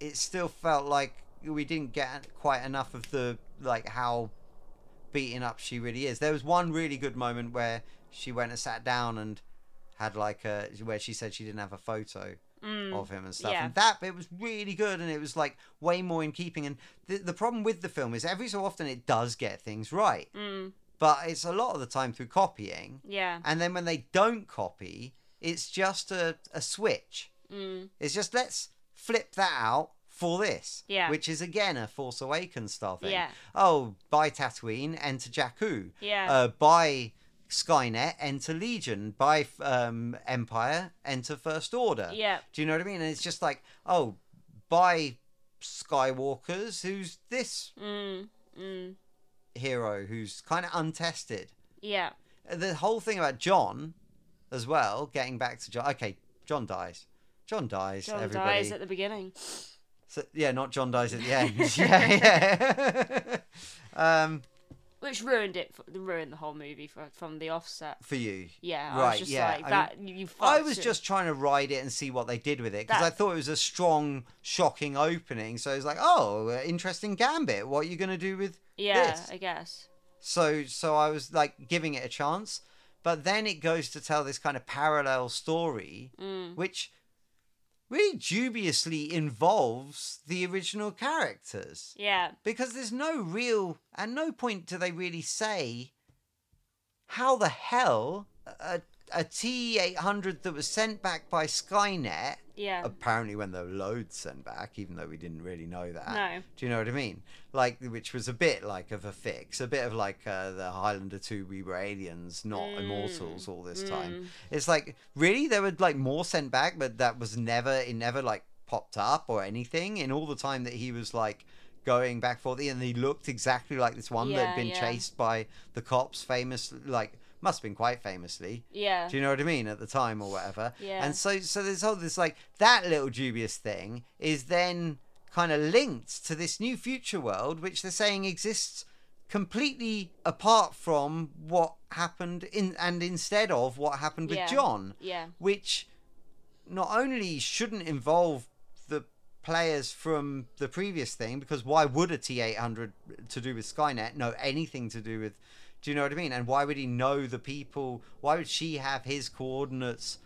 Speaker 2: it still felt like we didn't get quite enough of the like how beaten up she really is there was one really good moment where she went and sat down and had like a where she said she didn't have a photo
Speaker 1: Mm.
Speaker 2: of him and stuff.
Speaker 1: yeah.
Speaker 2: And that it was really good, and it was like way more in keeping. And the the problem with the film is every so often it does get things right,
Speaker 1: Mm.
Speaker 2: but it's a lot of the time through copying.
Speaker 1: Yeah.
Speaker 2: And then when they don't copy, it's just a, a switch.
Speaker 1: Mm.
Speaker 2: It's just let's flip that out for this.
Speaker 1: Yeah.
Speaker 2: Which is again a Force Awakens style thing.
Speaker 1: Yeah.
Speaker 2: Oh, buy Tatooine, enter Jakku.
Speaker 1: Yeah.
Speaker 2: Uh, buy Skynet, enter Legion. Buy um, Empire, enter First Order.
Speaker 1: yeah.
Speaker 2: Do you know what I mean? And it's just like, oh, by Skywalkers, who's this
Speaker 1: Mm. Mm.
Speaker 2: hero who's kind of untested?
Speaker 1: Yeah.
Speaker 2: The whole thing about John, as well, getting back to John. Okay, John dies. John dies.
Speaker 1: John
Speaker 2: everybody.
Speaker 1: dies at the beginning.
Speaker 2: So, yeah, not John dies at
Speaker 1: (laughs)
Speaker 2: the end. (laughs) yeah, yeah. um,
Speaker 1: Which ruined it, for, ruined the whole movie for, from the offset.
Speaker 2: for you.
Speaker 1: Yeah, I
Speaker 2: Right,
Speaker 1: was just
Speaker 2: yeah,
Speaker 1: like,
Speaker 2: I
Speaker 1: that, you you fucked
Speaker 2: I was
Speaker 1: it.
Speaker 2: just trying to ride it and see what they did with it because I
Speaker 1: Oh, That-
Speaker 2: thought it was a strong, shocking opening. So it was like, oh, uh, interesting gambit. What are you going to do with
Speaker 1: Yeah,
Speaker 2: this.
Speaker 1: I guess.
Speaker 2: so so i was like giving it a chance but then it goes to tell this kind of parallel story
Speaker 1: Mm.
Speaker 2: which really dubiously involves the original characters
Speaker 1: Yeah.
Speaker 2: because there's no real and no point do they really say how the hell a, a t800 that was sent back by skynet
Speaker 1: Yeah.
Speaker 2: apparently when the load sent back even though we didn't really know that
Speaker 1: No.
Speaker 2: do you know what i mean like which was a bit like of a fix a bit of like uh, the highlander 2 we were aliens not
Speaker 1: Mm.
Speaker 2: immortals all this time it's like really there were like more sent back but that was never it never like popped up or anything in all the time that he was like going back for the and he looked exactly like this one that
Speaker 1: Yeah,
Speaker 2: had been
Speaker 1: yeah.
Speaker 2: chased by the cops famous like must have been quite famously
Speaker 1: Yeah.
Speaker 2: do you know what I mean? At the time or whatever.
Speaker 1: Yeah.
Speaker 2: And so so there's all this like that little dubious thing is then kind of linked to this new future world, which they're saying exists completely apart from what happened in and instead of what happened with
Speaker 1: Yeah.
Speaker 2: John,
Speaker 1: Yeah.
Speaker 2: which not only shouldn't involve the players from the previous thing, because why would a T eight hundred to do with Skynet know anything to do with do you know what I mean? And why would he know the people? Why would she have his coordinates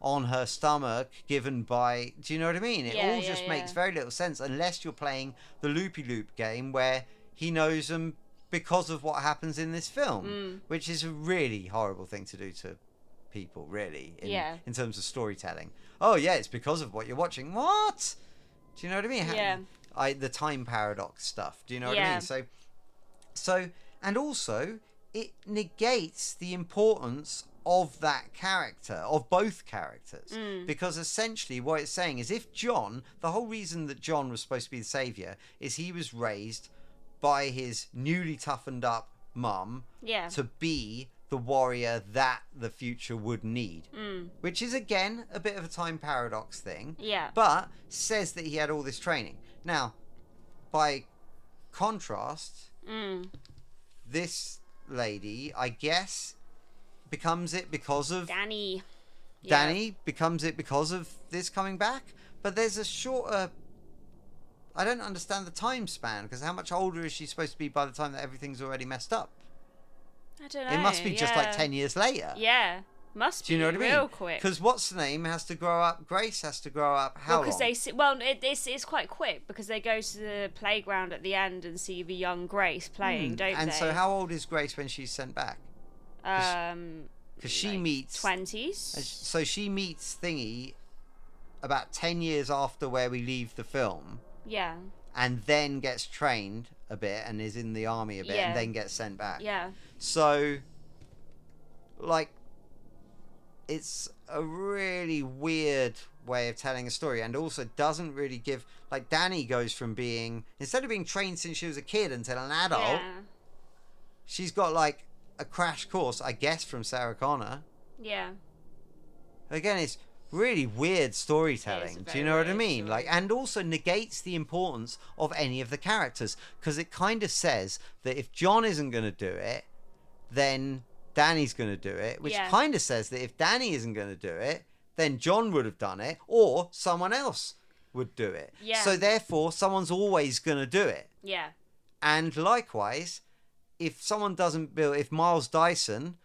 Speaker 2: on her stomach given by. Do you know what I mean? It
Speaker 1: Yeah,
Speaker 2: all
Speaker 1: yeah,
Speaker 2: just makes
Speaker 1: yeah.
Speaker 2: very little sense unless you're playing the loopy loop game where he knows them because of what happens in this film,
Speaker 1: Mm.
Speaker 2: which is a really horrible thing to do to people, really, in,
Speaker 1: Yeah.
Speaker 2: in terms of storytelling. Oh, yeah, it's because of what you're watching. What? Do you know what I mean? How-
Speaker 1: Yeah.
Speaker 2: I, the time paradox stuff. Do you know what I
Speaker 1: Yeah.
Speaker 2: mean? So, so, and also, it negates the importance of that character, of both characters.
Speaker 1: Mm.
Speaker 2: Because essentially, what it's saying is if John, the whole reason that John was supposed to be the savior is he was raised by his newly toughened up mum
Speaker 1: Yeah.
Speaker 2: to be the warrior that the future would need.
Speaker 1: Mm.
Speaker 2: Which is, again, a bit of a time paradox thing
Speaker 1: Yeah.
Speaker 2: but says that he had all this training. Now, by contrast,
Speaker 1: Mm.
Speaker 2: this lady, I guess, becomes it because of
Speaker 1: Danny. Yeah.
Speaker 2: Danny, becomes it because of this coming back. But there's a shorter. I don't understand the time span because how much older is she supposed to be by the time that everything's already messed up?
Speaker 1: I don't know.
Speaker 2: It must be just like
Speaker 1: yeah.
Speaker 2: 10 years later.
Speaker 1: Yeah. Must
Speaker 2: Do you know what I
Speaker 1: be
Speaker 2: mean?
Speaker 1: real quick.
Speaker 2: Because what's the name has to grow up. Grace has to grow up. How
Speaker 1: because
Speaker 2: long?
Speaker 1: they see, well, it, it's it's quite quick because they go to the playground at the end and see the young Grace playing, don't
Speaker 2: Hmm, and
Speaker 1: they?
Speaker 2: so, how old is Grace when she's sent back?
Speaker 1: um,
Speaker 2: Because she meets uh,
Speaker 1: twenties.
Speaker 2: So she meets Thingy about 10 years after where we leave the film
Speaker 1: Yeah,
Speaker 2: and then gets trained a bit and is in the army a bit
Speaker 1: Yeah.
Speaker 2: and then gets sent back.
Speaker 1: yeah,
Speaker 2: So, like, it's a really weird way of telling a story and also doesn't really give like Danny goes from being instead of being trained since she was a kid until an adult,
Speaker 1: Yeah.
Speaker 2: she's got like a crash course, I guess, from Sarah Connor.
Speaker 1: Yeah.
Speaker 2: Again, it's really weird storytelling. Do
Speaker 1: very
Speaker 2: you know what I
Speaker 1: weird
Speaker 2: mean?
Speaker 1: story.
Speaker 2: Like, and also negates the importance of any of the characters because it kind of says that if John isn't going to do it, then Danny's going to do it, which
Speaker 1: Yeah.
Speaker 2: kind of says that if Danny isn't going to do it, then John would have done it or someone else would do it.
Speaker 1: Yeah.
Speaker 2: So therefore, someone's always going to do it.
Speaker 1: Yeah.
Speaker 2: And likewise, if someone doesn't build, if Miles Dyson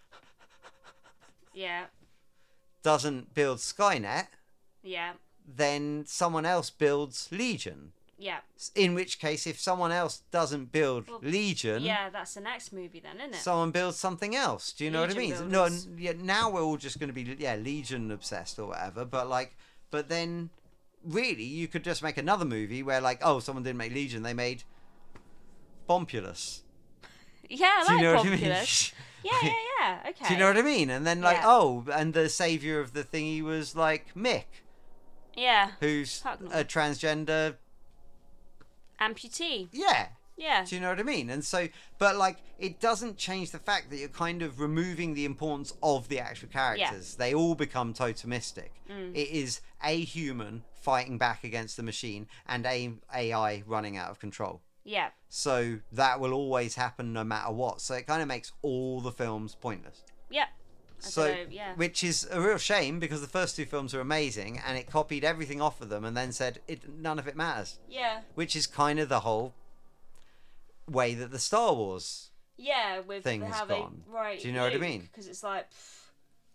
Speaker 1: Yeah.
Speaker 2: doesn't build Skynet,
Speaker 1: Yeah.
Speaker 2: then someone else builds Legion.
Speaker 1: Yeah.
Speaker 2: S- In which case, if someone else doesn't build
Speaker 1: Well,
Speaker 2: Legion,
Speaker 1: Yeah, that's the next movie then, isn't it?
Speaker 2: someone builds something else. Do you know
Speaker 1: Legion
Speaker 2: what I mean? No,
Speaker 1: builders.
Speaker 2: n- yeah, now we're all just going to be yeah Legion obsessed or whatever. But like, but then really, you could just make another movie where like, oh, someone didn't make Legion, they made Bompulus.
Speaker 1: yeah, I
Speaker 2: Do you
Speaker 1: like
Speaker 2: know what I mean? (laughs)
Speaker 1: Populous. yeah, yeah, yeah. Okay.
Speaker 2: Do you know what I mean? And then like,
Speaker 1: Yeah.
Speaker 2: oh, and the savior of the thingy was like Mick,
Speaker 1: Yeah.
Speaker 2: who's
Speaker 1: Hucknall.
Speaker 2: a transgender.
Speaker 1: Amputee.
Speaker 2: Yeah.
Speaker 1: Yeah.
Speaker 2: Do you know what I mean? And so, but like, it doesn't change the fact that you're kind of removing the importance of the actual characters. They all become totemistic.
Speaker 1: Mm.
Speaker 2: It is a human fighting back against the machine and a AI running out of control.
Speaker 1: Yeah.
Speaker 2: So that will always happen no matter what. So it kind of makes all the films pointless.
Speaker 1: Yeah. I
Speaker 2: So,
Speaker 1: dunno, yeah.
Speaker 2: which is a real shame because the first two films are amazing and it copied everything off of them and then said it none of it matters,
Speaker 1: Yeah.
Speaker 2: which is kind of the whole way that the Star Wars.
Speaker 1: Yeah, with
Speaker 2: thing
Speaker 1: how
Speaker 2: has
Speaker 1: they
Speaker 2: gone.
Speaker 1: right.
Speaker 2: Do you know what I mean?
Speaker 1: Because it's like pff,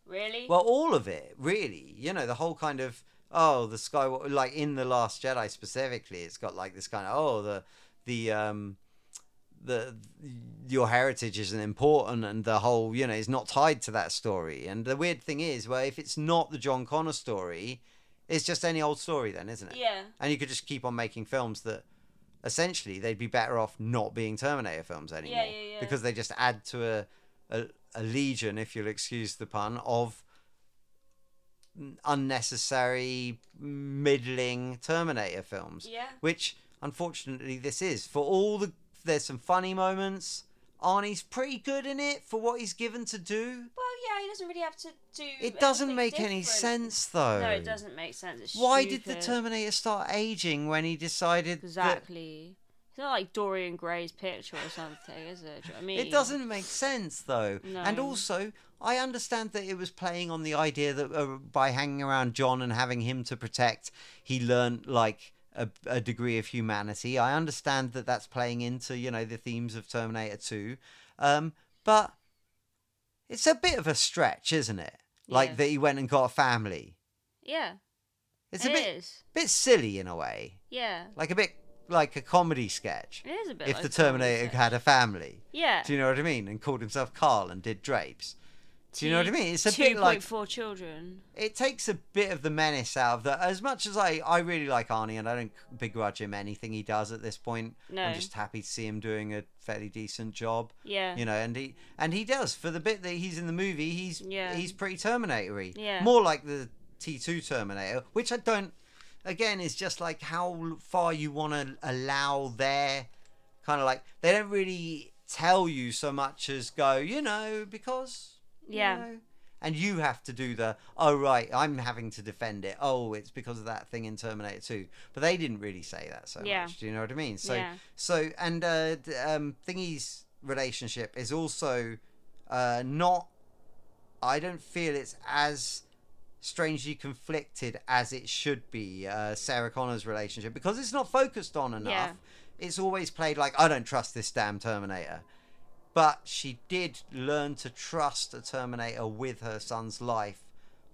Speaker 1: really?
Speaker 2: Well, all of it, really. You know, the whole kind of oh, the sky like in the Last Jedi specifically, it's got like this kind of oh, the the um the your heritage isn't important and the whole you know is not tied to that story and the weird thing is well if it's not the john connor story it's just any old story then isn't it
Speaker 1: yeah.
Speaker 2: and you could just keep on making films that essentially they'd be better off not being Terminator films anymore
Speaker 1: yeah, yeah.
Speaker 2: because they just add to a, a a legion, if you'll excuse the pun, of unnecessary middling Terminator films,
Speaker 1: Yeah.
Speaker 2: which unfortunately this is. For all the there's some funny moments. Arnie's pretty good in it for what he's given to do.
Speaker 1: Well, yeah, he doesn't really have to do.
Speaker 2: It doesn't
Speaker 1: anything
Speaker 2: make any
Speaker 1: different.
Speaker 2: sense though.
Speaker 1: No, it doesn't make sense. It's
Speaker 2: Why did the
Speaker 1: stupid.
Speaker 2: Terminator start aging when he decided that
Speaker 1: exactly? It's not like Dorian Gray's picture or something, is it? Do you know what I mean,
Speaker 2: It doesn't make sense though. And
Speaker 1: No.
Speaker 2: also, I understand that it was playing on the idea that uh, by hanging around John and having him to protect, he learned like a, a degree of humanity. I understand that that's playing into, you know, the themes of Terminator 2. Um, but it's a bit of a stretch, isn't it? Like
Speaker 1: Yeah.
Speaker 2: that he went and got a family.
Speaker 1: Yeah,
Speaker 2: It's
Speaker 1: it
Speaker 2: a bit
Speaker 1: is.
Speaker 2: bit silly in a way.
Speaker 1: Yeah,
Speaker 2: Like a bit like a comedy sketch.
Speaker 1: it is a bit.
Speaker 2: If
Speaker 1: like
Speaker 2: the
Speaker 1: a comedy
Speaker 2: Terminator
Speaker 1: sketch.
Speaker 2: had a family.
Speaker 1: yeah,
Speaker 2: Do you know what I mean? And called himself Carl and did drapes. Do you know what I mean? It's a
Speaker 1: two
Speaker 2: bit like
Speaker 1: point four children.
Speaker 2: it takes a bit of the menace out of that. As much as I, I really like Arnie and I don't begrudge him anything he does at this point.
Speaker 1: No.
Speaker 2: I'm just happy to see him doing a fairly decent job.
Speaker 1: Yeah,
Speaker 2: You know, and he and he does for the bit that he's in the movie. He's
Speaker 1: Yeah.
Speaker 2: he's pretty Terminatory.
Speaker 1: Yeah.
Speaker 2: More like the T2 Terminator, which I don't. Again, is just like how far you want to allow their kind of like they don't really tell you so much as go, you know, because you
Speaker 1: Yeah.
Speaker 2: know. and you have to do the oh right, I'm having to defend it. Oh, it's because of that thing in Terminator 2. But they didn't really say that so
Speaker 1: Yeah.
Speaker 2: much. Do you know what I mean? So
Speaker 1: Yeah.
Speaker 2: so and uh, d- um, Thingy's relationship is also uh, not. I don't feel it's as strangely conflicted as it should be. Uh, Sarah Connor's relationship because it's not focused on enough.
Speaker 1: Yeah.
Speaker 2: It's always played like I don't trust this damn Terminator. But she did learn to trust a Terminator with her son's life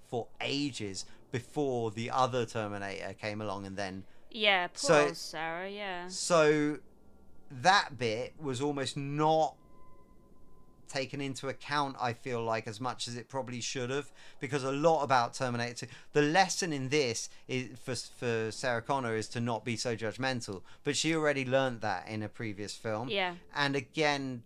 Speaker 2: for ages before the other Terminator came along and then
Speaker 1: yeah. Poor
Speaker 2: So-
Speaker 1: old Sarah. Yeah,
Speaker 2: so that bit was almost not taken into account, I feel like, as much as it probably should have, because a lot about Terminator 2. The lesson in this is for, for Sarah Connor is to not be so judgmental, but she already learned that in a previous film.
Speaker 1: yeah,
Speaker 2: And again,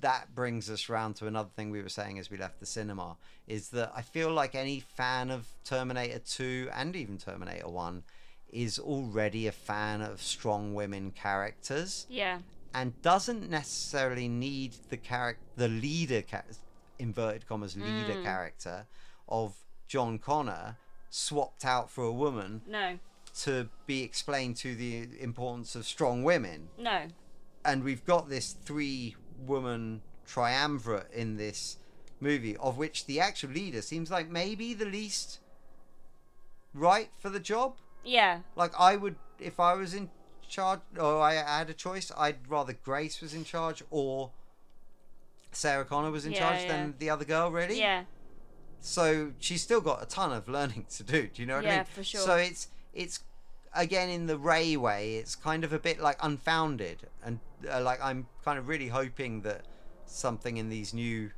Speaker 2: that brings us round to another thing we were saying as we left the cinema is that I feel like any fan of Terminator 2 and even Terminator 1 is already a fan of strong women characters
Speaker 1: Yeah.
Speaker 2: and doesn't necessarily need the character, the leader, cha- inverted commas, leader
Speaker 1: Mm.
Speaker 2: character of John Connor swapped out for a woman
Speaker 1: No.
Speaker 2: to be explained to the importance of strong women.
Speaker 1: No.
Speaker 2: And we've got this three woman triumvirate in this movie, of which the actual leader seems like maybe the least right for the job.
Speaker 1: Yeah.
Speaker 2: Like I would, if I was in charge, or I had a choice, I'd rather Grace was in charge or Sarah Connor was in
Speaker 1: Yeah,
Speaker 2: charge
Speaker 1: yeah.
Speaker 2: than the other girl. Really,
Speaker 1: Yeah.
Speaker 2: So she's still got a ton of (laughs) learning to do. Do you know what I
Speaker 1: Yeah,
Speaker 2: mean?
Speaker 1: for sure.
Speaker 2: So it's it's again in the Ray way. It's kind of a bit like unfounded, and uh, like I'm kind of really hoping that something in these new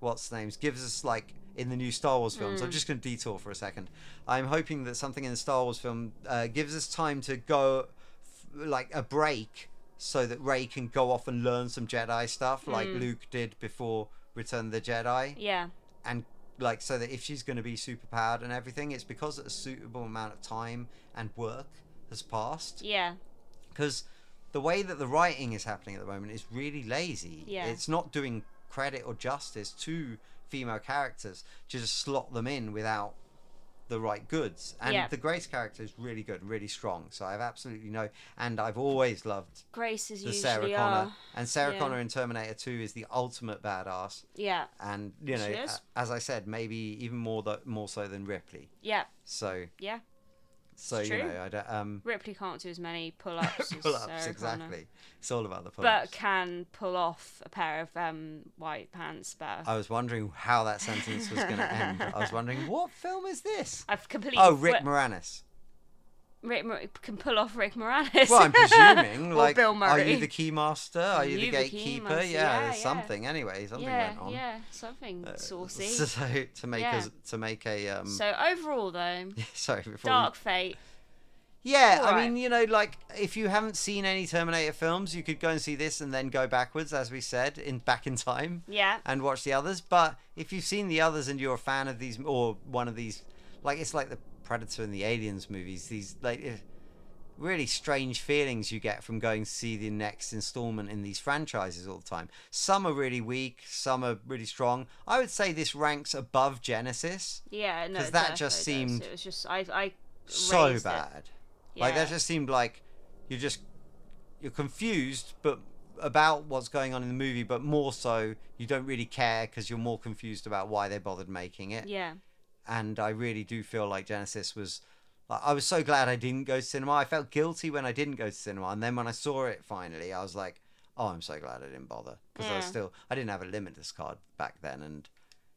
Speaker 2: what's names gives us like in the new Star Wars films.
Speaker 1: Hmm.
Speaker 2: I'm just going to detour for a second. I'm hoping that something in the Star Wars film uh, gives us time to go f- like a break so that Ray can go off and learn some Jedi stuff like
Speaker 1: Mm.
Speaker 2: Luke did before Return of the Jedi
Speaker 1: Yeah.
Speaker 2: and like so that if she's going to be super powered and everything it's because a suitable amount of time and work has passed
Speaker 1: Yeah.
Speaker 2: because the way that the writing is happening at the moment is really lazy
Speaker 1: Yeah.
Speaker 2: it's not doing credit or justice to female characters to just slot them in without the right goods and
Speaker 1: Yeah.
Speaker 2: the grace character is really good really strong so i've absolutely no and i've always loved
Speaker 1: Grace is
Speaker 2: the sarah
Speaker 1: usually
Speaker 2: connor
Speaker 1: are.
Speaker 2: and sarah
Speaker 1: Yeah.
Speaker 2: connor in terminator 2 is the ultimate badass
Speaker 1: Yeah.
Speaker 2: and you know,
Speaker 1: She
Speaker 2: a-
Speaker 1: is.
Speaker 2: as I said, maybe even more tho- more so than Ripley.
Speaker 1: Yeah.
Speaker 2: So
Speaker 1: Yeah.
Speaker 2: so you
Speaker 1: true.
Speaker 2: know, I
Speaker 1: (laughs)
Speaker 2: don't, um,
Speaker 1: Ripley can't do as many
Speaker 2: (laughs)
Speaker 1: pull-ups as
Speaker 2: pull ups
Speaker 1: Sarah
Speaker 2: exactly.
Speaker 1: Connor,
Speaker 2: It's all about the pull
Speaker 1: but
Speaker 2: ups.
Speaker 1: can pull off a pair of um white pants better.
Speaker 2: I was wondering how that sentence was going to end. I was
Speaker 1: (laughs)
Speaker 2: wondering what film is this?
Speaker 1: I've completely.
Speaker 2: Oh,
Speaker 1: Well,
Speaker 2: Rick
Speaker 1: (laughs)
Speaker 2: Moranis.
Speaker 1: Rick Mor- can pull off Rick Moranis. (laughs)
Speaker 2: Well, I'm presuming,
Speaker 1: Or
Speaker 2: like,
Speaker 1: Bill
Speaker 2: are
Speaker 1: Murray.
Speaker 2: you the keymaster? Are you the
Speaker 1: you the
Speaker 2: gatekeeper?
Speaker 1: keymaster?
Speaker 2: yeah,
Speaker 1: Yeah,
Speaker 2: there's
Speaker 1: yeah.
Speaker 2: something. Anyway, something
Speaker 1: yeah,
Speaker 2: went on.
Speaker 1: yeah, something
Speaker 2: Uh,
Speaker 1: saucy.
Speaker 2: (laughs) So, to make
Speaker 1: Yeah.
Speaker 2: us to make a um.
Speaker 1: so overall, though,
Speaker 2: (laughs) sorry, before we
Speaker 1: Dark Fate.
Speaker 2: Yeah,
Speaker 1: All
Speaker 2: I
Speaker 1: right.
Speaker 2: mean, you know, like if you haven't seen any Terminator films, you could go and see this and then go backwards, as we said, in back in time
Speaker 1: Yeah,
Speaker 2: and watch the others. But if you've seen the others and you're a fan of these or one of these, like it's like the Predator and the Aliens movies, these like eh, really strange feelings you get from going to see the next installment in these franchises all the time. Some are really weak, some are really strong. I would say this ranks above Genesis.
Speaker 1: yeah. No,
Speaker 2: 'Cause that
Speaker 1: it
Speaker 2: just
Speaker 1: definitely does.
Speaker 2: seemed
Speaker 1: It was just I, I
Speaker 2: So
Speaker 1: raised it.
Speaker 2: bad.
Speaker 1: Yeah.
Speaker 2: Like that just seemed like you're just you're confused, but about what's going on in the movie, but more so you don't really care because you're more confused about why they bothered making it.
Speaker 1: Yeah,
Speaker 2: And I really do feel like Genesis was. Like, I was so glad I didn't go to cinema. I felt guilty when I didn't go to cinema, and then when I saw it finally, I was like, "Oh, I'm so glad I didn't bother," because I was
Speaker 1: Yeah.
Speaker 2: still I didn't have a limitless card back then, and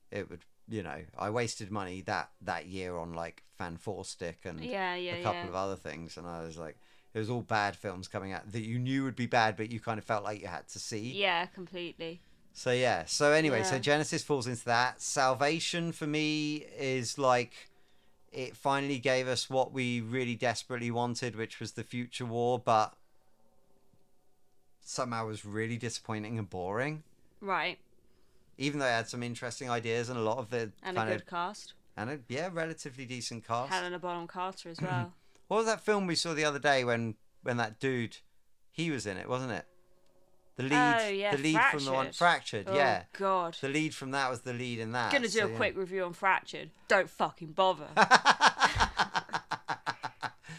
Speaker 2: it would you know I wasted money that that year on like Fan Four Stick and
Speaker 1: yeah, yeah,
Speaker 2: a couple
Speaker 1: yeah.
Speaker 2: of other things, and I was like, it was all bad films coming out that you knew would be bad, but you kind of felt like you had to see.
Speaker 1: yeah, completely.
Speaker 2: So yeah. So anyway, so
Speaker 1: Yeah.
Speaker 2: Genesis falls into that. Salvation for me is like it finally gave us what we really desperately wanted, which was the future war, but somehow was really disappointing and boring.
Speaker 1: Right,
Speaker 2: Even though it had some interesting ideas and a lot of the
Speaker 1: and
Speaker 2: kind
Speaker 1: a
Speaker 2: of
Speaker 1: good cast.
Speaker 2: and a yeah, relatively decent cast.
Speaker 1: Helena Bonham Carter as well.
Speaker 2: What was that film we saw the other day when when that dude he was in it, wasn't it? The lead,
Speaker 1: Oh, yeah,
Speaker 2: the lead from the one fractured,
Speaker 1: oh,
Speaker 2: yeah.
Speaker 1: God.
Speaker 2: The lead from that was the lead in that.
Speaker 1: Gonna do
Speaker 2: so,
Speaker 1: a
Speaker 2: yeah.
Speaker 1: quick review on Fractured. Don't fucking
Speaker 2: (laughs)
Speaker 1: bother.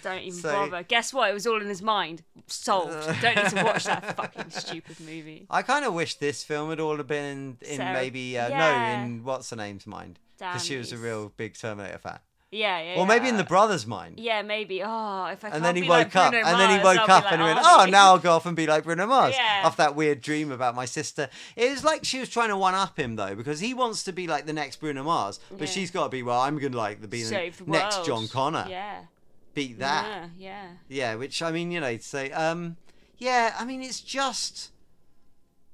Speaker 1: Don't even
Speaker 2: So-
Speaker 1: bother. Guess what? It was all in his mind. Solved.
Speaker 2: (laughs)
Speaker 1: Don't need to watch that fucking stupid movie.
Speaker 2: I kind of wish this film had all been in, in
Speaker 1: Sarah-
Speaker 2: maybe uh,
Speaker 1: yeah.
Speaker 2: no in what's her name's mind because she was a
Speaker 1: Danny's.
Speaker 2: real big Terminator fan,
Speaker 1: Yeah, yeah.
Speaker 2: or maybe in
Speaker 1: yeah.
Speaker 2: the brother's mind.
Speaker 1: Yeah, maybe. Oh, if I
Speaker 2: And
Speaker 1: can't
Speaker 2: then he
Speaker 1: be
Speaker 2: woke
Speaker 1: like
Speaker 2: up,
Speaker 1: Bruno
Speaker 2: and then he
Speaker 1: Mars,
Speaker 2: woke
Speaker 1: I'll
Speaker 2: up,
Speaker 1: be
Speaker 2: and he
Speaker 1: like
Speaker 2: went,
Speaker 1: Arnie."
Speaker 2: "Oh, now I'll go off and be like Bruno Mars."
Speaker 1: Yeah.
Speaker 2: After that weird dream about my sister, it was like she was trying to one up him though, because he wants to be like the next Bruno Mars, but
Speaker 1: Yeah.
Speaker 2: she's got to be well. I'm gonna like the be the
Speaker 1: Save the
Speaker 2: next
Speaker 1: world.
Speaker 2: John Connor.
Speaker 1: Yeah.
Speaker 2: Beat that.
Speaker 1: Yeah, yeah.
Speaker 2: Yeah, which I mean, you know, say, um, yeah, I mean, it's just,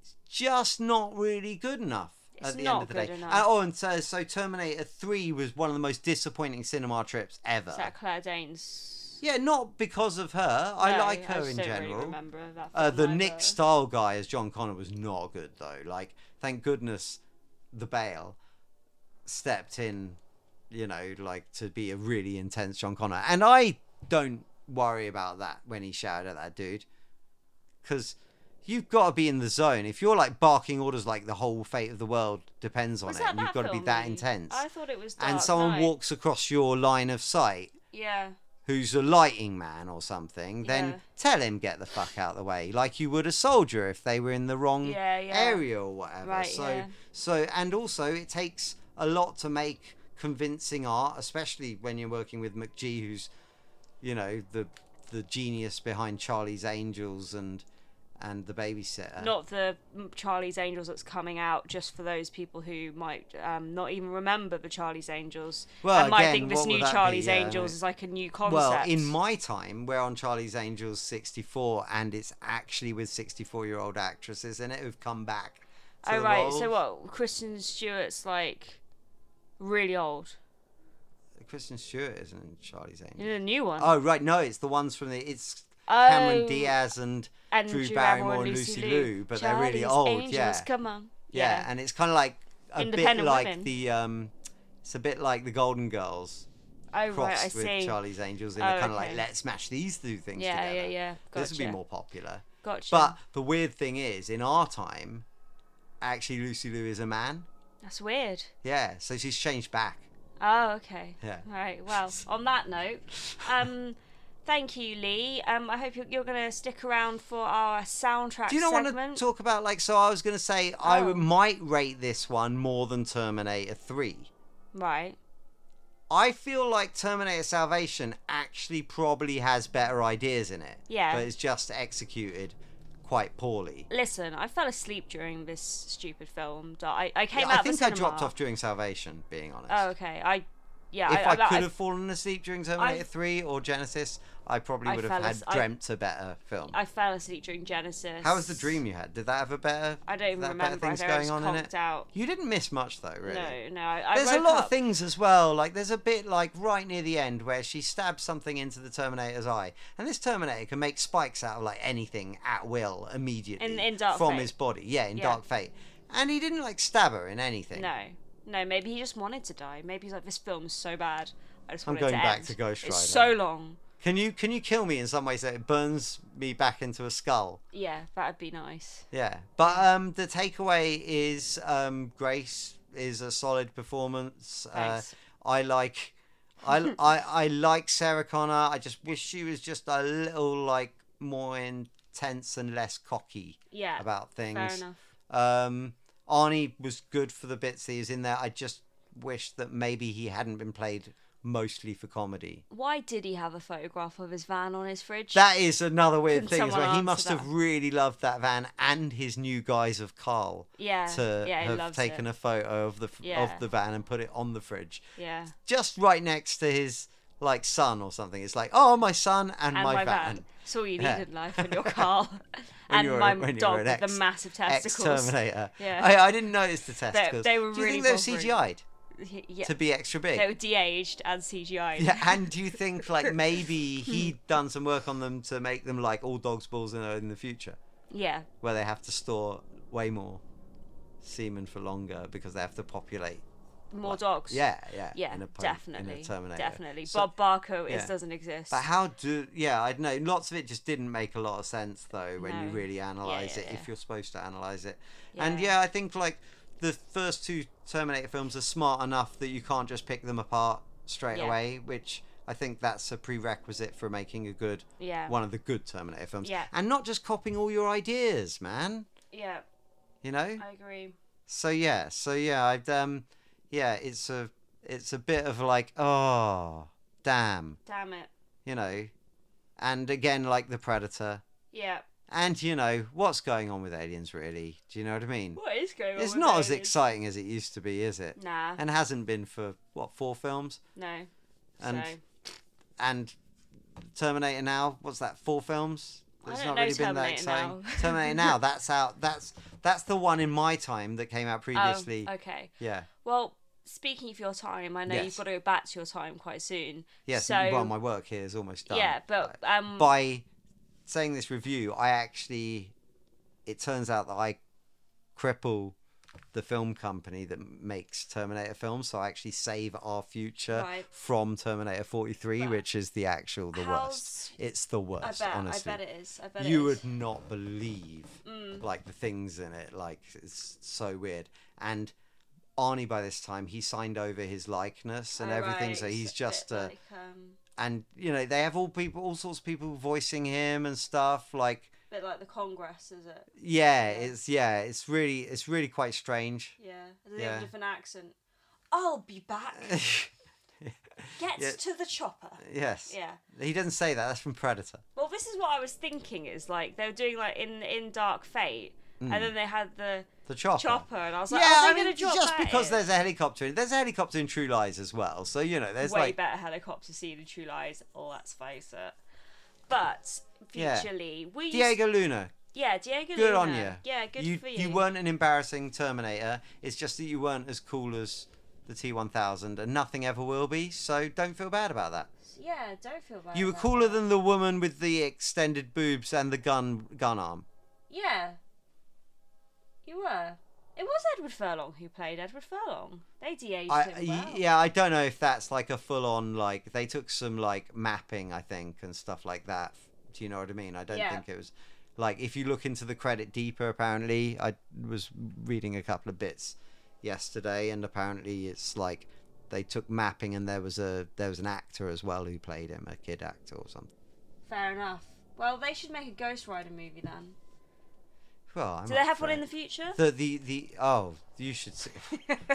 Speaker 2: it's just not really good enough
Speaker 1: It's
Speaker 2: at the
Speaker 1: not
Speaker 2: end of the
Speaker 1: good
Speaker 2: day.
Speaker 1: enough.
Speaker 2: And- oh, and so, so Terminator Three was one of the most disappointing cinema trips ever.
Speaker 1: Is that Claire Danes?
Speaker 2: Yeah, not because of her. I
Speaker 1: No,
Speaker 2: like her
Speaker 1: just
Speaker 2: in
Speaker 1: don't really
Speaker 2: general.
Speaker 1: remember that
Speaker 2: Uh,
Speaker 1: film
Speaker 2: the
Speaker 1: either.
Speaker 2: Nick Style guy as John Connor was not good though. Like, thank goodness, the Bale stepped in. You know, like to be a really intense John Connor, and I don't worry about that when he shouted at that dude, because you've got to be in the zone. If you're like barking orders, like the whole fate of the world depends on
Speaker 1: Was
Speaker 2: it,
Speaker 1: that
Speaker 2: and you've
Speaker 1: that
Speaker 2: got to be
Speaker 1: film
Speaker 2: that
Speaker 1: he-
Speaker 2: intense.
Speaker 1: I thought it was. Dark
Speaker 2: And someone
Speaker 1: Knight.
Speaker 2: walks across your line of sight,
Speaker 3: Yeah.
Speaker 2: who's a lighting man or something, then
Speaker 1: Yeah.
Speaker 2: tell him get the fuck out of the way, like you would a soldier if they were in the wrong
Speaker 1: Yeah, yeah.
Speaker 2: area or whatever.
Speaker 1: Right,
Speaker 2: so,
Speaker 1: yeah.
Speaker 2: so, and also it takes a lot to make convincing art, especially when you're working with McGee, who's, you know, the the genius behind Charlie's Angels and and the Babysitter.
Speaker 1: Not the mm, Charlie's Angels that's coming out, just for those people who might um, not even remember the Charlie's Angels.
Speaker 2: Well,
Speaker 1: and might
Speaker 2: again,
Speaker 1: think this
Speaker 2: what would
Speaker 1: new
Speaker 2: that be?
Speaker 1: Charlie's
Speaker 2: Yeah, I
Speaker 1: Angels
Speaker 2: mean-
Speaker 1: is like a new concept.
Speaker 2: well, in my time, we're on Charlie's Angels 64, and it's actually with 64 year old actresses in it who've come back. to
Speaker 1: Oh
Speaker 2: the
Speaker 1: right,
Speaker 2: roles.
Speaker 1: so what? Kristen Stewart's like really old.
Speaker 2: Kristen Stewart isn't in Charlie's Angels.
Speaker 1: You know, the new one.
Speaker 2: Oh right, no, it's the ones from the it's
Speaker 1: Oh,
Speaker 2: Cameron Diaz and,
Speaker 1: and
Speaker 2: Drew
Speaker 1: Drew
Speaker 2: Barrymore and Lucy Liu, but they're really
Speaker 1: Charlie's
Speaker 2: old.
Speaker 1: Angels,
Speaker 2: yeah.
Speaker 1: come on.
Speaker 2: yeah, and it's kind of like a bit
Speaker 1: Independent
Speaker 2: like
Speaker 1: women.
Speaker 2: the um, it's a bit like the Golden Girls
Speaker 1: Oh
Speaker 2: crossed
Speaker 1: right, I
Speaker 2: with
Speaker 1: see.
Speaker 2: Charlie's Angels, and
Speaker 1: Oh,
Speaker 2: they're kind of
Speaker 1: okay.
Speaker 2: like let's smash these two things
Speaker 1: yeah,
Speaker 2: together.
Speaker 1: yeah, yeah. Gotcha.
Speaker 2: This would be more popular.
Speaker 1: Gotcha.
Speaker 2: But the weird thing is, in our time, actually Lucy Liu is a man.
Speaker 1: that's weird.
Speaker 2: Yeah, so she's changed back.
Speaker 1: Oh, okay.
Speaker 2: Yeah.
Speaker 1: All right.
Speaker 2: (laughs)
Speaker 1: Well, on that note, um, thank you, Lee. Um, I hope you're, you're going to stick around for our soundtrack
Speaker 2: Do you not want
Speaker 1: segment.
Speaker 2: to talk about like? So I was going to say I
Speaker 1: Oh.
Speaker 2: would- might rate this one more than Terminator Three.
Speaker 1: right.
Speaker 2: I feel like Terminator Salvation actually probably has better ideas in it.
Speaker 1: Yeah.
Speaker 2: But it's just executed quite poorly.
Speaker 1: Listen, I fell asleep during this stupid film. that I, I came
Speaker 2: Yeah,
Speaker 1: out
Speaker 2: I
Speaker 1: of the
Speaker 2: think I
Speaker 1: cinema.
Speaker 2: dropped off during Salvation, being honest.
Speaker 1: Oh, okay. I, yeah.
Speaker 2: if I,
Speaker 1: I,
Speaker 2: could have fallen asleep during Terminator 3 or Genesis, I probably
Speaker 1: I
Speaker 2: would
Speaker 1: fell
Speaker 2: have had
Speaker 1: as- I-
Speaker 2: dreamt a better film.
Speaker 1: I fell asleep during Genesis.
Speaker 2: How was the dream you had? Did that have a better?
Speaker 1: I don't even
Speaker 2: that
Speaker 1: remember.
Speaker 2: Better things
Speaker 1: I think I
Speaker 2: going
Speaker 1: was
Speaker 2: on in it.
Speaker 1: conked out.
Speaker 2: You didn't miss much though, really.
Speaker 1: No, no. I, I
Speaker 2: there's a
Speaker 1: woke
Speaker 2: lot
Speaker 1: up.
Speaker 2: of things as well. Like there's a bit like right near the end where she stabs something into the Terminator's eye, and this Terminator can make spikes out of like anything at will immediately
Speaker 1: In- in Dark
Speaker 2: from
Speaker 1: Fate.
Speaker 2: his body. Yeah, in
Speaker 1: Yeah.
Speaker 2: Dark Fate, and he didn't like stab her in anything.
Speaker 1: No, no. Maybe he just wanted to die. Maybe he's like, this film's so bad. I just
Speaker 2: I'm
Speaker 1: want it
Speaker 2: going
Speaker 1: to
Speaker 2: back
Speaker 1: end.
Speaker 2: to Ghost
Speaker 1: It's
Speaker 2: Rider.
Speaker 1: so long.
Speaker 2: Can you can you kill me in some way so it burns me back into a skull?
Speaker 1: Yeah, that'd be nice.
Speaker 2: Yeah, but um, the takeaway is um, Grace is a solid performance. Uh,
Speaker 1: Thanks.
Speaker 2: I like, I, I I like Sarah Connor. I just wish she was just a little like more intense and less cocky
Speaker 1: Yeah.
Speaker 2: about things.
Speaker 1: Fair enough.
Speaker 2: Um, Arnie was good for the bits he was in there. I just wish that maybe he hadn't been played mostly for comedy.
Speaker 1: Why did he have a photograph of his van on his fridge?
Speaker 2: That is another weird
Speaker 1: Can
Speaker 2: thing as
Speaker 1: someone
Speaker 2: well. He
Speaker 1: answer
Speaker 2: must
Speaker 1: that?
Speaker 2: have really loved that van and his new guise of Carl
Speaker 1: yeah.
Speaker 2: to
Speaker 1: yeah, he
Speaker 2: have
Speaker 1: loves
Speaker 2: taken
Speaker 1: it.
Speaker 2: a photo of the f
Speaker 1: Yeah.
Speaker 2: of the van and put it on the fridge,
Speaker 1: Yeah.
Speaker 2: just right next to his like son or something. It's like, oh, my son and,
Speaker 1: And
Speaker 2: my,
Speaker 1: my
Speaker 2: van.
Speaker 1: van. That's all you need
Speaker 2: Yeah.
Speaker 1: in life
Speaker 2: (laughs)
Speaker 1: when you're Carl.
Speaker 2: When
Speaker 1: and
Speaker 2: you're a-
Speaker 1: my
Speaker 2: when you're
Speaker 1: dog
Speaker 2: an
Speaker 1: with the
Speaker 2: ex-
Speaker 1: massive testicles. (laughs)
Speaker 2: Ex-Terminator.
Speaker 1: Yeah.
Speaker 2: I, I didn't notice the testicles.
Speaker 1: they were
Speaker 2: do you
Speaker 1: really
Speaker 2: think they're
Speaker 1: bothering.
Speaker 2: CGI'd
Speaker 1: yeah.
Speaker 2: to be extra big?
Speaker 1: They were de-aged and CGI.
Speaker 2: Yeah, and do
Speaker 1: (laughs)
Speaker 2: you think like maybe
Speaker 1: Hmm.
Speaker 2: he'd done some work on them to make them like all dogs' balls in, in the future,
Speaker 1: yeah.
Speaker 2: where they have to store way more semen for longer because they have to populate?
Speaker 1: More
Speaker 2: like-
Speaker 1: dogs.
Speaker 2: Yeah, yeah,
Speaker 1: Yeah,
Speaker 2: in a po- in a
Speaker 1: definitely.
Speaker 2: Terminator.
Speaker 1: Definitely.
Speaker 2: So-
Speaker 1: Bob Barker
Speaker 2: yeah.
Speaker 1: is, doesn't exist.
Speaker 2: But how do? Yeah, I know. Lots of it just didn't make a lot of sense though when you
Speaker 1: No.
Speaker 2: really analyze
Speaker 1: yeah,
Speaker 2: it,
Speaker 1: yeah.
Speaker 2: if you're supposed to analyze it. And
Speaker 1: Yeah.
Speaker 2: yeah, I think like the first two Terminator films are smart enough that you can't just pick them apart straight
Speaker 1: Yeah.
Speaker 2: away, which I think that's a prerequisite for making a good
Speaker 1: Yeah.
Speaker 2: one of the good Terminator films.
Speaker 1: Yeah.
Speaker 2: And not just copying all your ideas, man.
Speaker 1: Yeah,
Speaker 2: You know.
Speaker 1: I agree.
Speaker 2: So yeah, so yeah, I'd um, yeah, it's a it's a bit of like oh damn
Speaker 1: Damn it.
Speaker 2: you know, and again, like the Predator,
Speaker 1: Yeah.
Speaker 2: and you know, what's going on with aliens really? Do you know what I mean?
Speaker 1: What is going on?
Speaker 2: It's
Speaker 1: with
Speaker 2: not as
Speaker 1: aliens?
Speaker 2: exciting as it used to be, is it?
Speaker 1: Nah.
Speaker 2: And hasn't been for what four films
Speaker 1: No.
Speaker 2: and
Speaker 1: so.
Speaker 2: and Terminator now. What's that? Four films.
Speaker 1: I
Speaker 2: It's
Speaker 1: don't
Speaker 2: not
Speaker 1: know
Speaker 2: really been that
Speaker 1: Terminator
Speaker 2: exciting.
Speaker 1: now.
Speaker 2: (laughs) Terminator now. That's out. That's that's the one in my time that came out previously.
Speaker 1: Oh, okay.
Speaker 2: Yeah.
Speaker 1: Well, speaking of your time, I know
Speaker 2: Yes.
Speaker 1: you've got to go back to your time quite soon.
Speaker 2: Yes,
Speaker 1: So
Speaker 2: well, my work here is almost done.
Speaker 1: yeah, but um,
Speaker 2: By saying this review, I actually, it turns out that I cripple the film company that makes Terminator films, so I actually save our future
Speaker 1: Right.
Speaker 2: from Terminator 43, which is the actual, the
Speaker 1: How's-
Speaker 2: worst. It's the
Speaker 1: I
Speaker 2: worst,
Speaker 1: bet,
Speaker 2: honestly.
Speaker 1: I bet it is. Mm. I bet
Speaker 2: you
Speaker 1: it is.
Speaker 2: would not believe like the things in it like it's so weird and arnie by this time he signed over his likeness and
Speaker 1: Oh,
Speaker 2: everything
Speaker 1: right,
Speaker 2: so
Speaker 1: it's
Speaker 2: he's
Speaker 1: a
Speaker 2: just
Speaker 1: bit
Speaker 2: uh,
Speaker 1: like, um,
Speaker 2: and you know they have all people all sorts of people voicing him and stuff like
Speaker 1: bit like the Congress, is it?
Speaker 2: yeah it's yeah it's really it's really quite strange (laughs)
Speaker 1: Yeah, there's
Speaker 2: Yeah.
Speaker 1: a different accent. I'll be back. Get
Speaker 2: (laughs) Yeah.
Speaker 1: to the chopper.
Speaker 2: yes
Speaker 1: Yeah.
Speaker 2: he doesn't say that that's from predator
Speaker 1: Well, this is what I was thinking. Is like they were doing like in in Dark Fate, and then they had the
Speaker 2: the Mm. chopper,
Speaker 1: chopper, and I was like,
Speaker 2: yeah,
Speaker 1: are
Speaker 2: I
Speaker 1: they
Speaker 2: mean,
Speaker 1: going to drop
Speaker 2: just
Speaker 1: that
Speaker 2: because
Speaker 1: in?
Speaker 2: there's a helicopter in there's a helicopter in True Lies as well, so you know there's
Speaker 1: way
Speaker 2: like
Speaker 1: better helicopter scene in True Lies. Oh, Let's face it. But
Speaker 2: Yeah.
Speaker 1: visually, we used-
Speaker 2: Diego Luna,
Speaker 1: yeah, Diego.
Speaker 2: Good
Speaker 1: Luna.
Speaker 2: on you.
Speaker 1: Yeah, good
Speaker 2: you,
Speaker 1: for you.
Speaker 2: weren't an embarrassing Terminator. It's just that you weren't as cool as the T1000, and nothing ever will be. So don't feel bad about that.
Speaker 1: Yeah, don't feel bad.
Speaker 2: You were
Speaker 1: about
Speaker 2: cooler
Speaker 1: that.
Speaker 2: than the woman with the extended boobs and the gun gun arm.
Speaker 1: Yeah. You were. It was Edward Furlong who played Edward Furlong. They de-aged
Speaker 2: I,
Speaker 1: him well.
Speaker 2: Yeah, I don't know if that's like a full on like they took some like mapping, I think, and stuff like that. Do you know what I mean? I don't
Speaker 1: Yeah.
Speaker 2: think it was like if you look into the credit deeper. Apparently, I was reading a couple of bits yesterday, and apparently it's like they took mapping, and there was a there was an actor as well who played him, a kid actor or something.
Speaker 1: Fair enough. Well, they should make a Ghost Rider movie then.
Speaker 2: Well, I'm
Speaker 1: Do they
Speaker 2: up
Speaker 1: have
Speaker 2: for
Speaker 1: one in
Speaker 2: it.
Speaker 1: the future?
Speaker 2: the the the oh you should see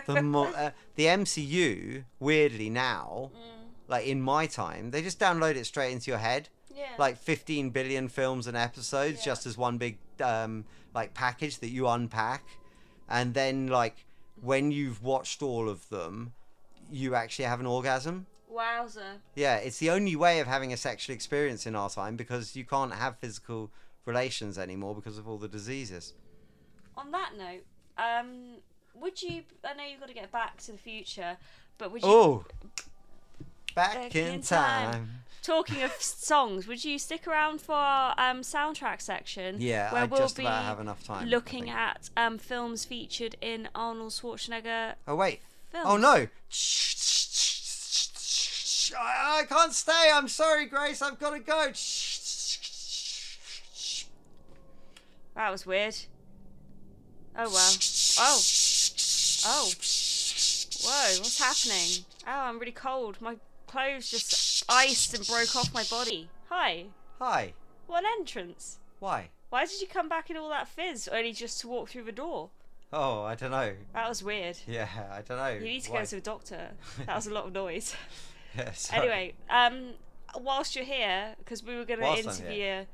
Speaker 2: the mo-
Speaker 1: (laughs)
Speaker 2: uh, the MCU weirdly now
Speaker 1: Mm,
Speaker 2: like in my time they just download it straight into your head
Speaker 1: Yeah.
Speaker 2: like 15 billion films and episodes
Speaker 1: Yeah.
Speaker 2: just as one big um like package that you unpack and then like when you've watched all of them you actually have an orgasm
Speaker 1: Wowzer.
Speaker 2: yeah, it's the only way of having a sexual experience in our time because you can't have physical relations anymore because of all the diseases.
Speaker 1: On that note, um, would you? I know you've got to get back to the future, but would you?
Speaker 2: Oh, back,
Speaker 1: Back
Speaker 2: in,
Speaker 1: in
Speaker 2: time.
Speaker 1: time. Talking of songs, would you stick around for our um, soundtrack section?
Speaker 2: Yeah,
Speaker 1: where
Speaker 2: I
Speaker 1: we'll
Speaker 2: just
Speaker 1: be
Speaker 2: about have enough time. I
Speaker 1: looking
Speaker 2: think.
Speaker 1: at um, films featured in Arnold Schwarzenegger
Speaker 2: Oh wait.
Speaker 1: films.
Speaker 2: Oh no. I, I can't stay. I'm sorry, Grace. I've got to go.
Speaker 1: That was weird. Oh well. Oh. Oh. Whoa, what's happening? Oh, I'm really cold. My clothes just iced and broke off my body. Hi.
Speaker 2: Hi.
Speaker 1: What an entrance.
Speaker 2: Why?
Speaker 1: Why did you come back in all that fizz only just to walk through the door?
Speaker 2: Oh, I don't know.
Speaker 1: That was weird.
Speaker 2: Yeah, I don't know.
Speaker 1: You need to
Speaker 2: Why?
Speaker 1: go to the
Speaker 2: (laughs)
Speaker 1: doctor. That was a lot of noise.
Speaker 2: Yeah, sorry.
Speaker 1: anyway, um, whilst you're here, because we were going to
Speaker 2: Whilst I'm
Speaker 1: interview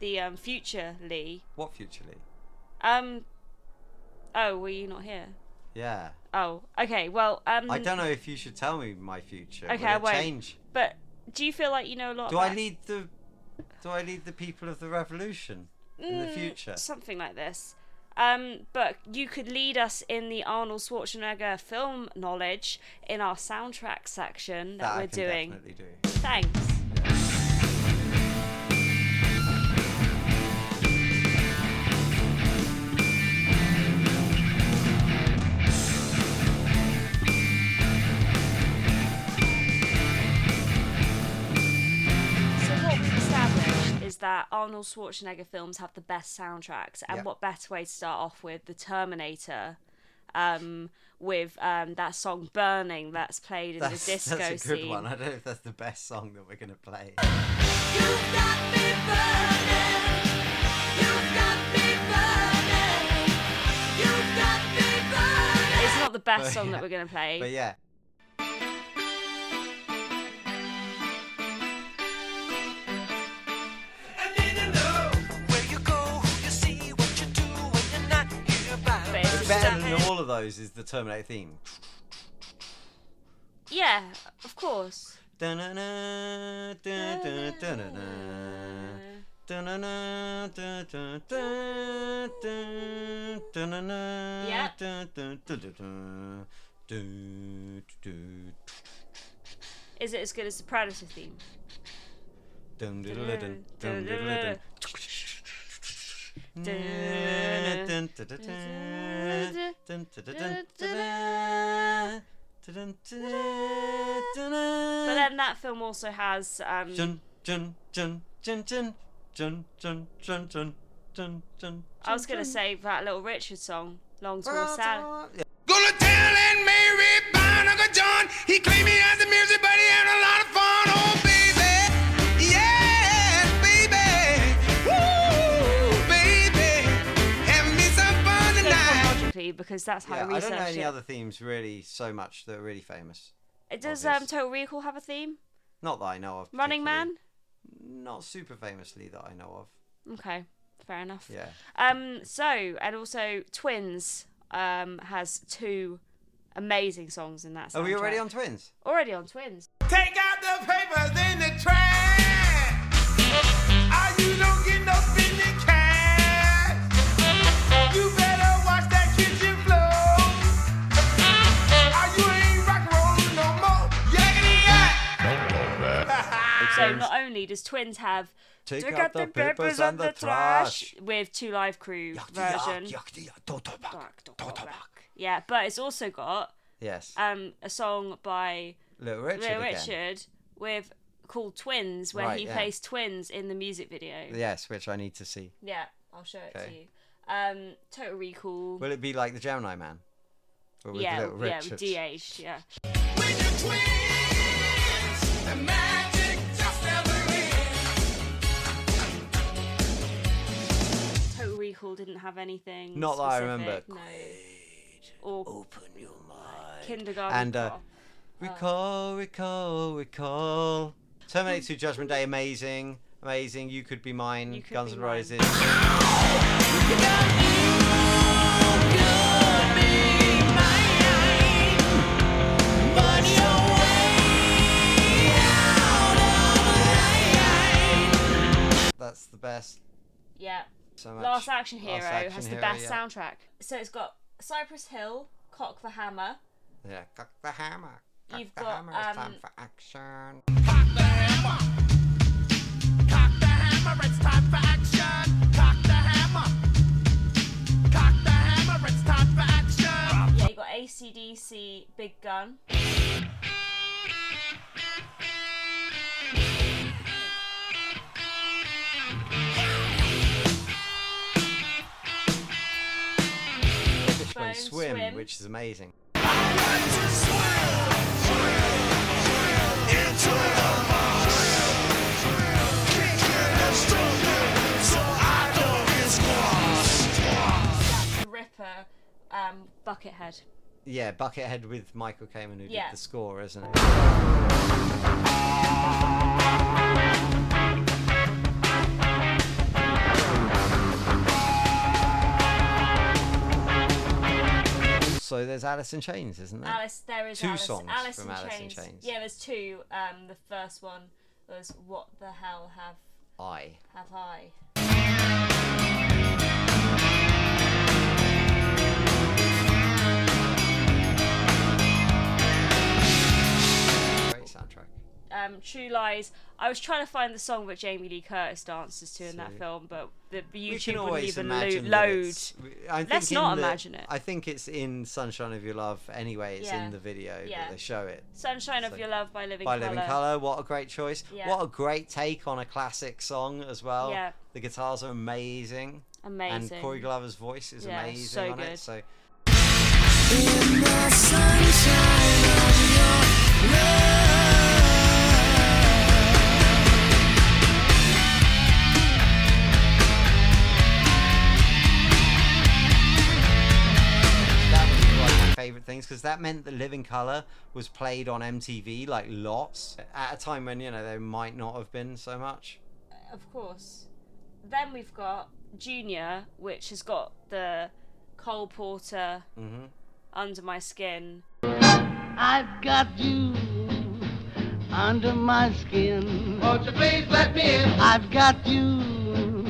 Speaker 1: the um, future Lee.
Speaker 2: What future Lee?
Speaker 1: Um, oh, were you not here?
Speaker 2: Yeah.
Speaker 1: Oh, okay. Well, um,
Speaker 2: I don't know if you should tell me my future.
Speaker 1: Okay,
Speaker 2: Will
Speaker 1: I
Speaker 2: it
Speaker 1: won't.
Speaker 2: change?
Speaker 1: But do you feel like you know a lot?
Speaker 2: Do
Speaker 1: about
Speaker 2: I lead the do I lead the people of the revolution in the
Speaker 1: Mm,
Speaker 2: future?
Speaker 1: Something like this. Um, but you could lead us in the Arnold Schwarzenegger film knowledge in our soundtrack section that,
Speaker 2: I
Speaker 1: we're
Speaker 2: can
Speaker 1: doing.
Speaker 2: definitely do.
Speaker 1: Thanks. So what we've established is that Arnold Schwarzenegger films have the best soundtracks, and
Speaker 2: Yep.
Speaker 1: what better way to start off with the Terminator, um, with um, that song "Burning" that's played in the disco
Speaker 2: that's a good
Speaker 1: scene.
Speaker 2: one. I don't know if that's the best song that we're gonna play.
Speaker 1: It's not the best
Speaker 2: But
Speaker 1: song
Speaker 2: yeah.
Speaker 1: that we're going to play.
Speaker 2: (laughs) But yeah,
Speaker 1: But it's just
Speaker 2: better
Speaker 1: that-
Speaker 2: than all of those is the Terminator theme.
Speaker 1: Yeah, of course.
Speaker 2: Dun-dun-dun, dun-dun, dun-dun-dun, dun-dun-dun, dun-dun, dun-dun, dun-dun,
Speaker 1: Yeah.
Speaker 2: dun-dun, dun-dun-dun, Do, do,
Speaker 1: Is it as good as the Predator theme?
Speaker 2: dum, diddle, dun, dum, diddle, dun. Dun, dun, dun, dun, dun, dun, dun, dun, dun, dun, dun.
Speaker 1: But then that film also has um,
Speaker 2: Jun, jun, jun, jun, jun, jun, jun, jun, jun, jun, jun,
Speaker 1: I was
Speaker 2: jun,
Speaker 1: gonna
Speaker 2: jun.
Speaker 1: say that Little Richard song, Longsmore Salad.
Speaker 2: Yeah.
Speaker 4: Gonna tell Aunt Mary about Uncle John. He claimed he has the music, but he had a lot of fun. Oh, baby. Yes, baby. Woo, baby. Have me some fun
Speaker 1: Go
Speaker 4: tonight.
Speaker 1: chronologically because that's how I
Speaker 2: Yeah, I
Speaker 1: researched
Speaker 2: don't know any
Speaker 1: it.
Speaker 2: other themes really so much that are really famous.
Speaker 1: Uh, Does
Speaker 2: obvious.
Speaker 1: um, Total Recall have a theme?
Speaker 2: Not that I know of.
Speaker 1: Running
Speaker 2: particularly.
Speaker 1: Man.
Speaker 2: Not super famously that I know of.
Speaker 1: Okay, fair enough.
Speaker 2: Yeah.
Speaker 1: Um, so and also Twins um has two amazing songs in that.
Speaker 2: Are we already
Speaker 1: soundtrack.
Speaker 2: on Twins?
Speaker 1: Already on Twins.
Speaker 4: Take out the papers in the trash. Ah, you don't get no spending cash. You better watch that kitchen floor. Ah, you ain't rock and rollin' no more. Yakety yak.
Speaker 1: So not only does Twins have
Speaker 2: Take
Speaker 1: "Dig
Speaker 2: out the papers and the trash."
Speaker 1: with Two Live Crew version. Yeah, but it's also got
Speaker 2: Yes.
Speaker 1: um a song by
Speaker 2: Little Richard.
Speaker 1: Little
Speaker 2: again.
Speaker 1: Richard with called Twins, where
Speaker 2: Right,
Speaker 1: he
Speaker 2: yeah.
Speaker 1: plays twins in the music video. Yeah,
Speaker 2: Yes, which I need to see.
Speaker 1: I'll show it
Speaker 2: Okay.
Speaker 1: to you. Um, Total Recall.
Speaker 2: Will it be like the Gemini Man? But with
Speaker 1: yeah,
Speaker 2: Little
Speaker 1: yeah,
Speaker 2: Richard.
Speaker 1: with DH. Yeah.
Speaker 4: When you're twins, the magic just never ends.
Speaker 1: Total Recall didn't have anything.
Speaker 2: Not that I remember.
Speaker 1: specific, No. Or
Speaker 2: Open your mind.
Speaker 1: Kindergarten.
Speaker 2: And, uh,
Speaker 1: Cop.
Speaker 2: Recall, recall, recall. Terminator 2 Judgment Day, amazing. Amazing. You could be mine.
Speaker 1: You Could
Speaker 2: Guns
Speaker 1: Be
Speaker 2: N'
Speaker 1: Mine.
Speaker 2: Roses. That's the best.
Speaker 1: yeah.
Speaker 2: So much.
Speaker 1: Last Action Hero
Speaker 2: Last Action
Speaker 1: has the
Speaker 2: Hero,
Speaker 1: best
Speaker 2: yeah.
Speaker 1: soundtrack. So it's got Cypress Hill, Cock the Hammer.
Speaker 2: Yeah, cock the hammer. Cock
Speaker 1: You've
Speaker 2: the
Speaker 1: got,
Speaker 2: hammer. It's time
Speaker 1: um,
Speaker 2: for action.
Speaker 4: Cock the hammer. Cock the hammer, it's time for action. Cock the hammer. Cock the hammer, it's time for action.
Speaker 1: Yeah, you got ACDC, Big Gun.
Speaker 2: When
Speaker 1: Phone
Speaker 2: swim,
Speaker 1: swim.
Speaker 2: which is amazing.
Speaker 1: The Ripper, um, Buckethead.
Speaker 2: Yeah, Buckethead with Michael Kamen who
Speaker 1: Yeah.
Speaker 2: did the score, isn't it? So there's Alice in Chains, isn't there?
Speaker 1: Alice, there is
Speaker 2: Two
Speaker 1: Alice.
Speaker 2: songs
Speaker 1: Alice
Speaker 2: from
Speaker 1: in
Speaker 2: Alice in
Speaker 1: Chains.
Speaker 2: Chains.
Speaker 1: Yeah, there's two. Um, the first one was "What the hell have
Speaker 2: I.
Speaker 1: have I?"
Speaker 2: Great soundtrack.
Speaker 1: Um, True Lies. I was trying to find the song that Jamie Lee Curtis dances to in that
Speaker 2: So-
Speaker 1: film, but the the
Speaker 2: We can
Speaker 1: YouTube wouldn't
Speaker 2: always
Speaker 1: even lo-
Speaker 2: imagine that
Speaker 1: load.
Speaker 2: it's- we- I
Speaker 1: Let's
Speaker 2: think in
Speaker 1: not
Speaker 2: the-
Speaker 1: imagine it.
Speaker 2: I think it's in Sunshine of Your Love anyway. It's
Speaker 1: Yeah.
Speaker 2: in the video
Speaker 1: Yeah.
Speaker 2: that they show it.
Speaker 1: "Sunshine
Speaker 2: So-
Speaker 1: of Your Love" by Living
Speaker 2: by
Speaker 1: Colour.
Speaker 2: Living Colour. What a great choice.
Speaker 1: Yeah.
Speaker 2: What a great take on a classic song as well.
Speaker 1: Yeah.
Speaker 2: The guitars are amazing.
Speaker 1: Amazing.
Speaker 2: And Corey Glover's voice is
Speaker 1: Yeah,
Speaker 2: amazing
Speaker 1: so
Speaker 2: on
Speaker 1: good.
Speaker 2: it. So that was one of my favourite things because that meant that Living Colour was played on MTV like lots at a time when, you know, there might not have been so much.
Speaker 1: Of course. Then we've got Junior, which has got the Cole Porter
Speaker 2: Mhm.
Speaker 1: under my skin.
Speaker 5: I've got you under my skin.
Speaker 4: Won't you please let me in?
Speaker 5: I've got you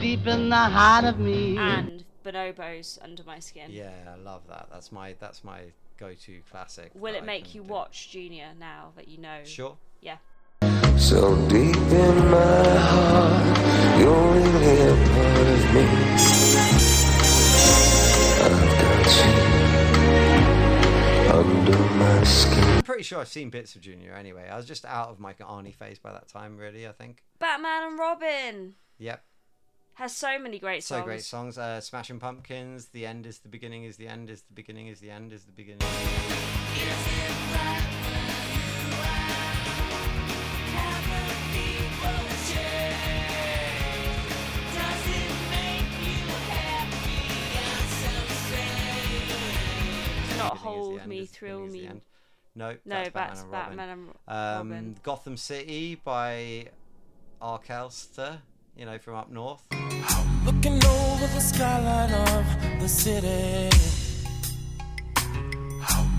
Speaker 5: deep in the heart of me.
Speaker 1: and bonobos under my skin.
Speaker 2: Yeah, I love that. That's my that's my go-to classic.
Speaker 1: Will
Speaker 2: that
Speaker 1: it
Speaker 2: I
Speaker 1: make
Speaker 2: can
Speaker 1: you
Speaker 2: do.
Speaker 1: watch Junior now that you know?
Speaker 2: Sure.
Speaker 1: Yeah.
Speaker 6: So deep in my heart, you're really a part of me. I've got you under my skin.
Speaker 2: I'm pretty sure I've seen bits of Junior anyway. I was just out of my Arnie phase by that time, really. I think.
Speaker 1: Batman and Robin
Speaker 2: Yep.
Speaker 1: has so many great
Speaker 2: So
Speaker 1: songs.
Speaker 2: great songs. Uh, Smashing Pumpkins. The end is the beginning. Is the end is the beginning. Is the end is the beginning.
Speaker 1: Do not
Speaker 2: Beginning is the
Speaker 1: hold
Speaker 2: end
Speaker 1: me,
Speaker 2: is the
Speaker 1: thrill
Speaker 2: beginning is
Speaker 1: me.
Speaker 2: the end. No,
Speaker 1: No,
Speaker 2: that's
Speaker 1: that's
Speaker 2: Batman,
Speaker 1: Batman
Speaker 2: and
Speaker 1: and Ro-
Speaker 2: Robin.
Speaker 1: Robin.
Speaker 2: Um, Gotham City by Ark Elster, you know, from up north.
Speaker 7: Looking over the skyline of the city.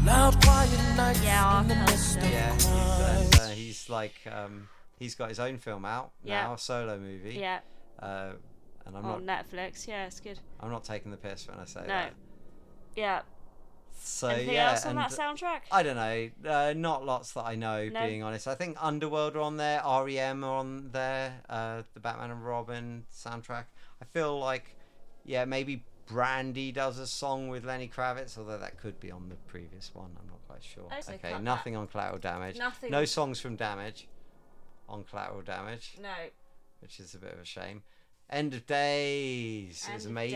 Speaker 7: Loud, quiet nights
Speaker 1: Yeah,
Speaker 7: in the
Speaker 1: I'll
Speaker 7: midst
Speaker 1: tell
Speaker 7: of
Speaker 1: you.
Speaker 2: Um, Yeah, he's, and, uh, he's like, um, he's got his own film out
Speaker 1: Yeah.
Speaker 2: now, a solo movie.
Speaker 1: Yeah,
Speaker 2: Uh, and I'm
Speaker 1: on
Speaker 2: not,
Speaker 1: Netflix. Yeah, it's good.
Speaker 2: I'm not taking the piss when I say
Speaker 1: No.
Speaker 2: that.
Speaker 1: Yeah.
Speaker 2: So
Speaker 1: Anything
Speaker 2: yeah,
Speaker 1: else on
Speaker 2: and
Speaker 1: that soundtrack?
Speaker 2: I don't know, uh, not lots that I know.
Speaker 1: No?
Speaker 2: Being honest, I think Underworld are on there, REM are on there, uh, the Batman and Robin soundtrack. I feel like, yeah, maybe Brandy does a song with Lenny Kravitz, although that could be on the previous one. I'm not quite sure.
Speaker 1: Okay, cut that.
Speaker 2: nothing on Collateral Damage.
Speaker 1: Nothing.
Speaker 2: No songs from Damage. On Collateral Damage,
Speaker 1: no.
Speaker 2: which is a bit of a shame. End of Days
Speaker 1: End
Speaker 2: is
Speaker 1: of Days,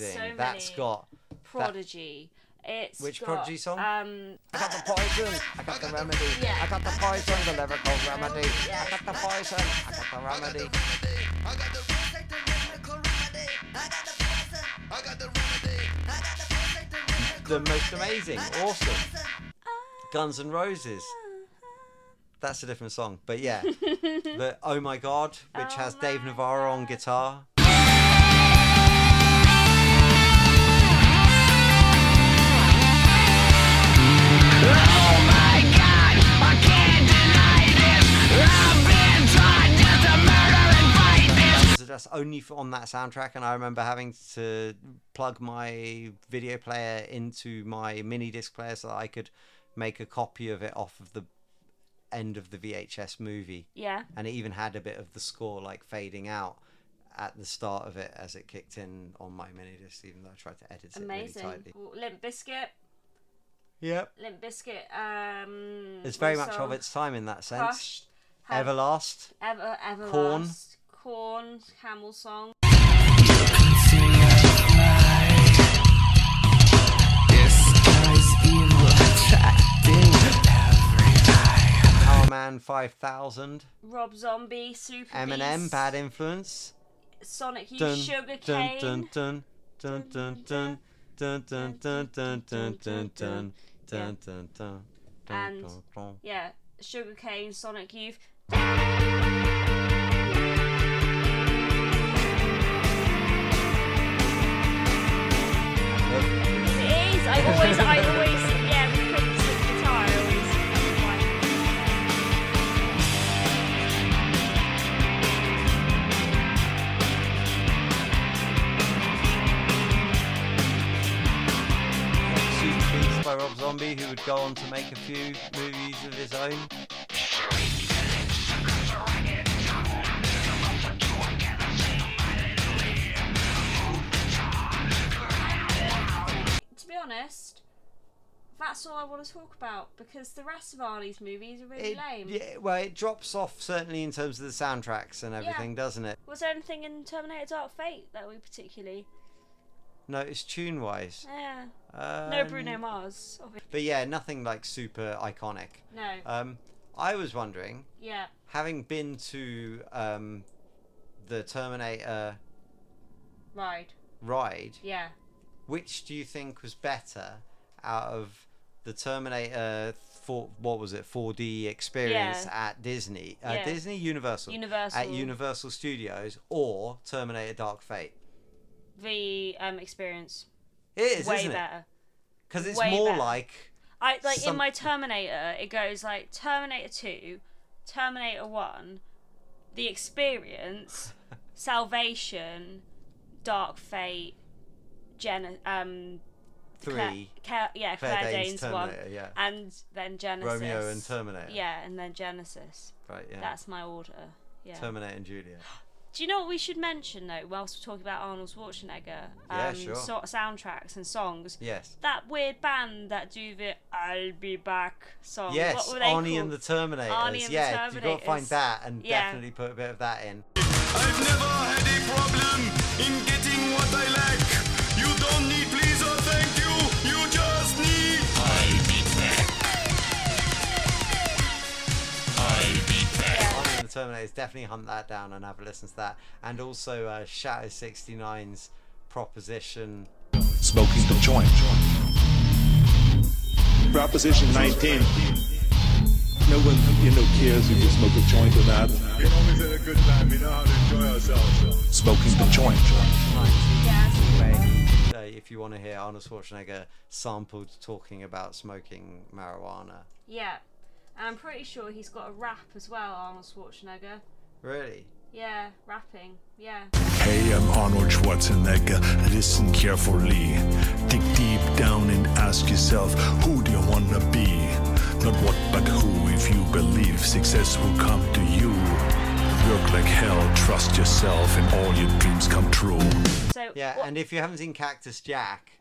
Speaker 2: amazing.
Speaker 1: so
Speaker 2: That's
Speaker 1: many.
Speaker 2: got.
Speaker 1: Prodigy. It's
Speaker 2: Which
Speaker 1: got,
Speaker 2: Prodigy song?
Speaker 1: Um,
Speaker 2: I got the poison. I got the remedy. I got the poison, the lyrical remedy. I got the poison. I got the remedy. The most amazing, awesome. Guns N' Roses. That's a different song, but yeah. the Oh My God, which has Dave Navarro on guitar. So That's only for, on that soundtrack, and I remember having to plug my video player into my mini disc player so that I could make a copy of it off of the end of the VHS movie.
Speaker 1: yeah.
Speaker 2: And it even had a bit of the score like fading out at the start of it as it kicked in on my mini disc, even though I tried to edit
Speaker 1: Amazing.
Speaker 2: it really tightly.
Speaker 1: Well, Limp Biscuit.
Speaker 2: Yep.
Speaker 1: Limp Biscuit. Um,
Speaker 2: It's very
Speaker 1: what
Speaker 2: much of
Speaker 1: song?
Speaker 2: its time in that sense.
Speaker 1: Crush. Have- (laughs)
Speaker 2: Everlast.
Speaker 1: Ever,
Speaker 2: Corn.
Speaker 1: Everlast, Corn, Camel Song.
Speaker 2: Power Man 5000.
Speaker 1: Rob Zombie, Super
Speaker 2: Eminem,
Speaker 1: Beast,
Speaker 2: Bad Influence.
Speaker 1: Sonic Youth,
Speaker 2: dun,
Speaker 1: Sugar
Speaker 2: dun,
Speaker 1: Cane.
Speaker 2: dun, dun, dun, dun, dun, dun, dun, dun, dun, dun, dun,
Speaker 1: Yeah.
Speaker 2: dun, dun, dun, dun,
Speaker 1: And-
Speaker 2: dun, dun.
Speaker 1: Yeah, Sugar Cane, Sonic Youth. It is. I always, I always, yeah, with Prince and guitar, I always.
Speaker 2: Super Beast by Rob Zombie, who would go on to make a few movies of his own.
Speaker 1: To be honest, that's all I want to talk about because the rest of Arnie's movies are really
Speaker 2: It,
Speaker 1: lame.
Speaker 2: yeah, well, it drops off certainly in terms of the soundtracks and everything, doesn't it?
Speaker 1: Was there anything in Terminator Dark Fate that we particularly?
Speaker 2: Notice tune wise.
Speaker 1: Yeah.
Speaker 2: Uh,
Speaker 1: No Bruno Mars. obvi-
Speaker 2: But yeah, nothing like super iconic.
Speaker 1: No.
Speaker 2: Um, I was wondering
Speaker 1: yeah.
Speaker 2: having been to um, the Terminator
Speaker 1: Ride.
Speaker 2: ride,
Speaker 1: Yeah.
Speaker 2: which do you think was better out of the Terminator? For, what was it? 4D experience
Speaker 1: Yeah.
Speaker 2: at Disney, uh,
Speaker 1: Yeah.
Speaker 2: Disney Universal, at
Speaker 1: Universal.
Speaker 2: Universal Studios, or Terminator Dark Fate.
Speaker 1: The um, experience.
Speaker 2: It is,
Speaker 1: Way
Speaker 2: isn't it?
Speaker 1: better.
Speaker 2: Because it's
Speaker 1: Way
Speaker 2: more
Speaker 1: better.
Speaker 2: like
Speaker 1: I like
Speaker 2: Some-
Speaker 1: in my Terminator, it goes like Terminator Two, Terminator One, The
Speaker 2: (laughs)
Speaker 1: Experience, Salvation, Dark Fate, Gen um,
Speaker 2: three.
Speaker 1: Claire, yeah,
Speaker 2: Claire
Speaker 1: Claire,
Speaker 2: Danes,
Speaker 1: Danes, one,
Speaker 2: Terminator, yeah.
Speaker 1: and then Genesis.
Speaker 2: Romeo and Terminator.
Speaker 1: Yeah, and then Genesis.
Speaker 2: Right, yeah.
Speaker 1: That's my order. Yeah.
Speaker 2: Terminator and Julia.
Speaker 1: Do you know what we should mention though, whilst we're talking about Arnold Schwarzenegger? um,
Speaker 2: Yeah, sure.
Speaker 1: So- soundtracks and songs.
Speaker 2: Yes.
Speaker 1: That weird band that do the "I'll be back" song.
Speaker 2: Yes,
Speaker 1: what were they
Speaker 2: Arnie
Speaker 1: called?
Speaker 2: and the Terminators.
Speaker 1: Arnie and the
Speaker 2: yeah, you've got to find
Speaker 1: Terminators.
Speaker 2: that and
Speaker 1: Yeah.
Speaker 2: definitely put a bit of that in.
Speaker 4: I've never had a problem in getting what I lack. You don't need please or thank you, you just need.
Speaker 2: Arnie and the Terminators, definitely hunt that down and have a listen to that. And also uh, Shadow 69's Proposition.
Speaker 8: Smoking the joint. Proposition 19. No one, you know, cares if you smoke a joint or not.
Speaker 4: We always had a good time, we know how to enjoy ourselves.
Speaker 8: Smoking the joint.
Speaker 2: Uh, if you want to hear Arnold Schwarzenegger sampled talking about smoking marijuana.
Speaker 1: Yeah, and I'm pretty sure he's got a rap as well, Arnold Schwarzenegger.
Speaker 2: Really?
Speaker 1: Yeah, rapping. Yeah.
Speaker 9: Hey, I'm Arnold Schwarzenegger. Listen carefully. Dig deep down and ask yourself, who do you wanna be? Not what, but who. If you believe success will come to you, work like hell, trust yourself, and all your dreams come true.
Speaker 1: So
Speaker 2: Yeah,
Speaker 1: what-
Speaker 2: and if you haven't seen Cactus Jack,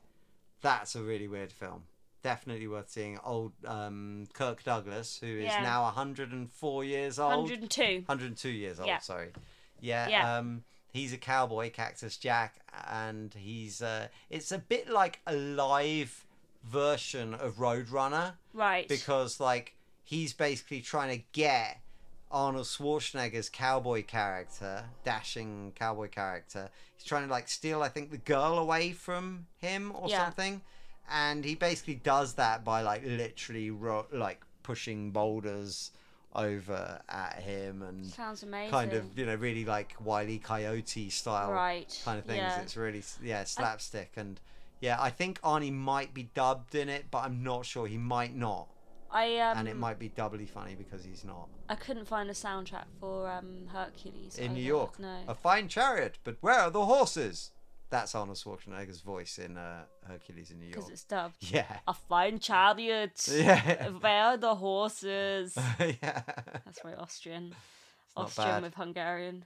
Speaker 2: that's a really weird film. Definitely worth seeing. Old um, Kirk Douglas, who is
Speaker 1: Yeah.
Speaker 2: now 104 years old.
Speaker 1: 102.
Speaker 2: 102 years old,
Speaker 1: Yeah.
Speaker 2: sorry. Yeah,
Speaker 1: Yeah.
Speaker 2: Um, he's a cowboy, Cactus Jack, and he's. Uh, it's a bit like a live version of Roadrunner
Speaker 1: Right.
Speaker 2: because like he's basically trying to get Arnold Schwarzenegger's cowboy character, dashing cowboy character. He's trying to like steal, I think, the girl away from him or
Speaker 1: Yeah.
Speaker 2: something, and he basically does that by like literally ro- like pushing boulders over at him and
Speaker 1: Sounds amazing.
Speaker 2: kind of you know really like wily coyote style
Speaker 1: Right,
Speaker 2: kind of things
Speaker 1: yeah.
Speaker 2: it's really s- yeah slapstick and yeah i think arnie might be dubbed in it but i'm not sure he might not
Speaker 1: I um.
Speaker 2: and it might be doubly funny because he's not
Speaker 1: I couldn't find a soundtrack for um Hercules
Speaker 2: in
Speaker 1: either.
Speaker 2: New York.
Speaker 1: No.
Speaker 2: A fine chariot, but where are the horses? That's Arnold Schwarzenegger's voice in uh, Hercules in New York.
Speaker 1: Because it's dubbed.
Speaker 2: (laughs)
Speaker 1: (laughs)
Speaker 2: Yeah,
Speaker 1: A fine chariot.
Speaker 2: (laughs) yeah,
Speaker 1: Where are the
Speaker 2: (laughs)
Speaker 1: horses?
Speaker 2: yeah.
Speaker 1: That's very
Speaker 2: (laughs)
Speaker 1: Austrian.
Speaker 2: not bad.
Speaker 1: Austrian with
Speaker 2: (laughs)
Speaker 1: Hungarian.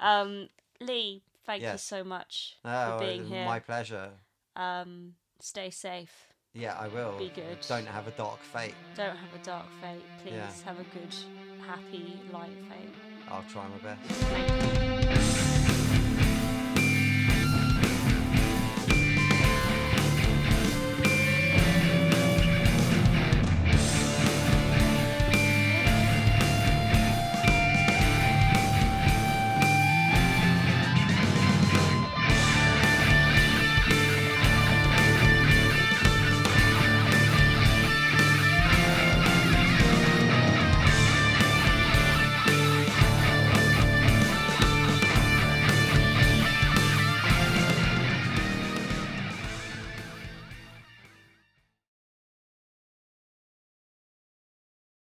Speaker 1: um, Lee, thank
Speaker 2: Yes.
Speaker 1: you so much
Speaker 2: No,
Speaker 1: for being
Speaker 2: uh,
Speaker 1: here.
Speaker 2: my pleasure.
Speaker 1: Um, stay safe.
Speaker 2: Yeah, I will.
Speaker 1: Be good.
Speaker 2: Don't have a dark fate.
Speaker 1: Don't have a dark fate. Please
Speaker 2: Yeah.
Speaker 1: have a good, happy, light fate.
Speaker 2: I'll try my best.
Speaker 1: Thank you.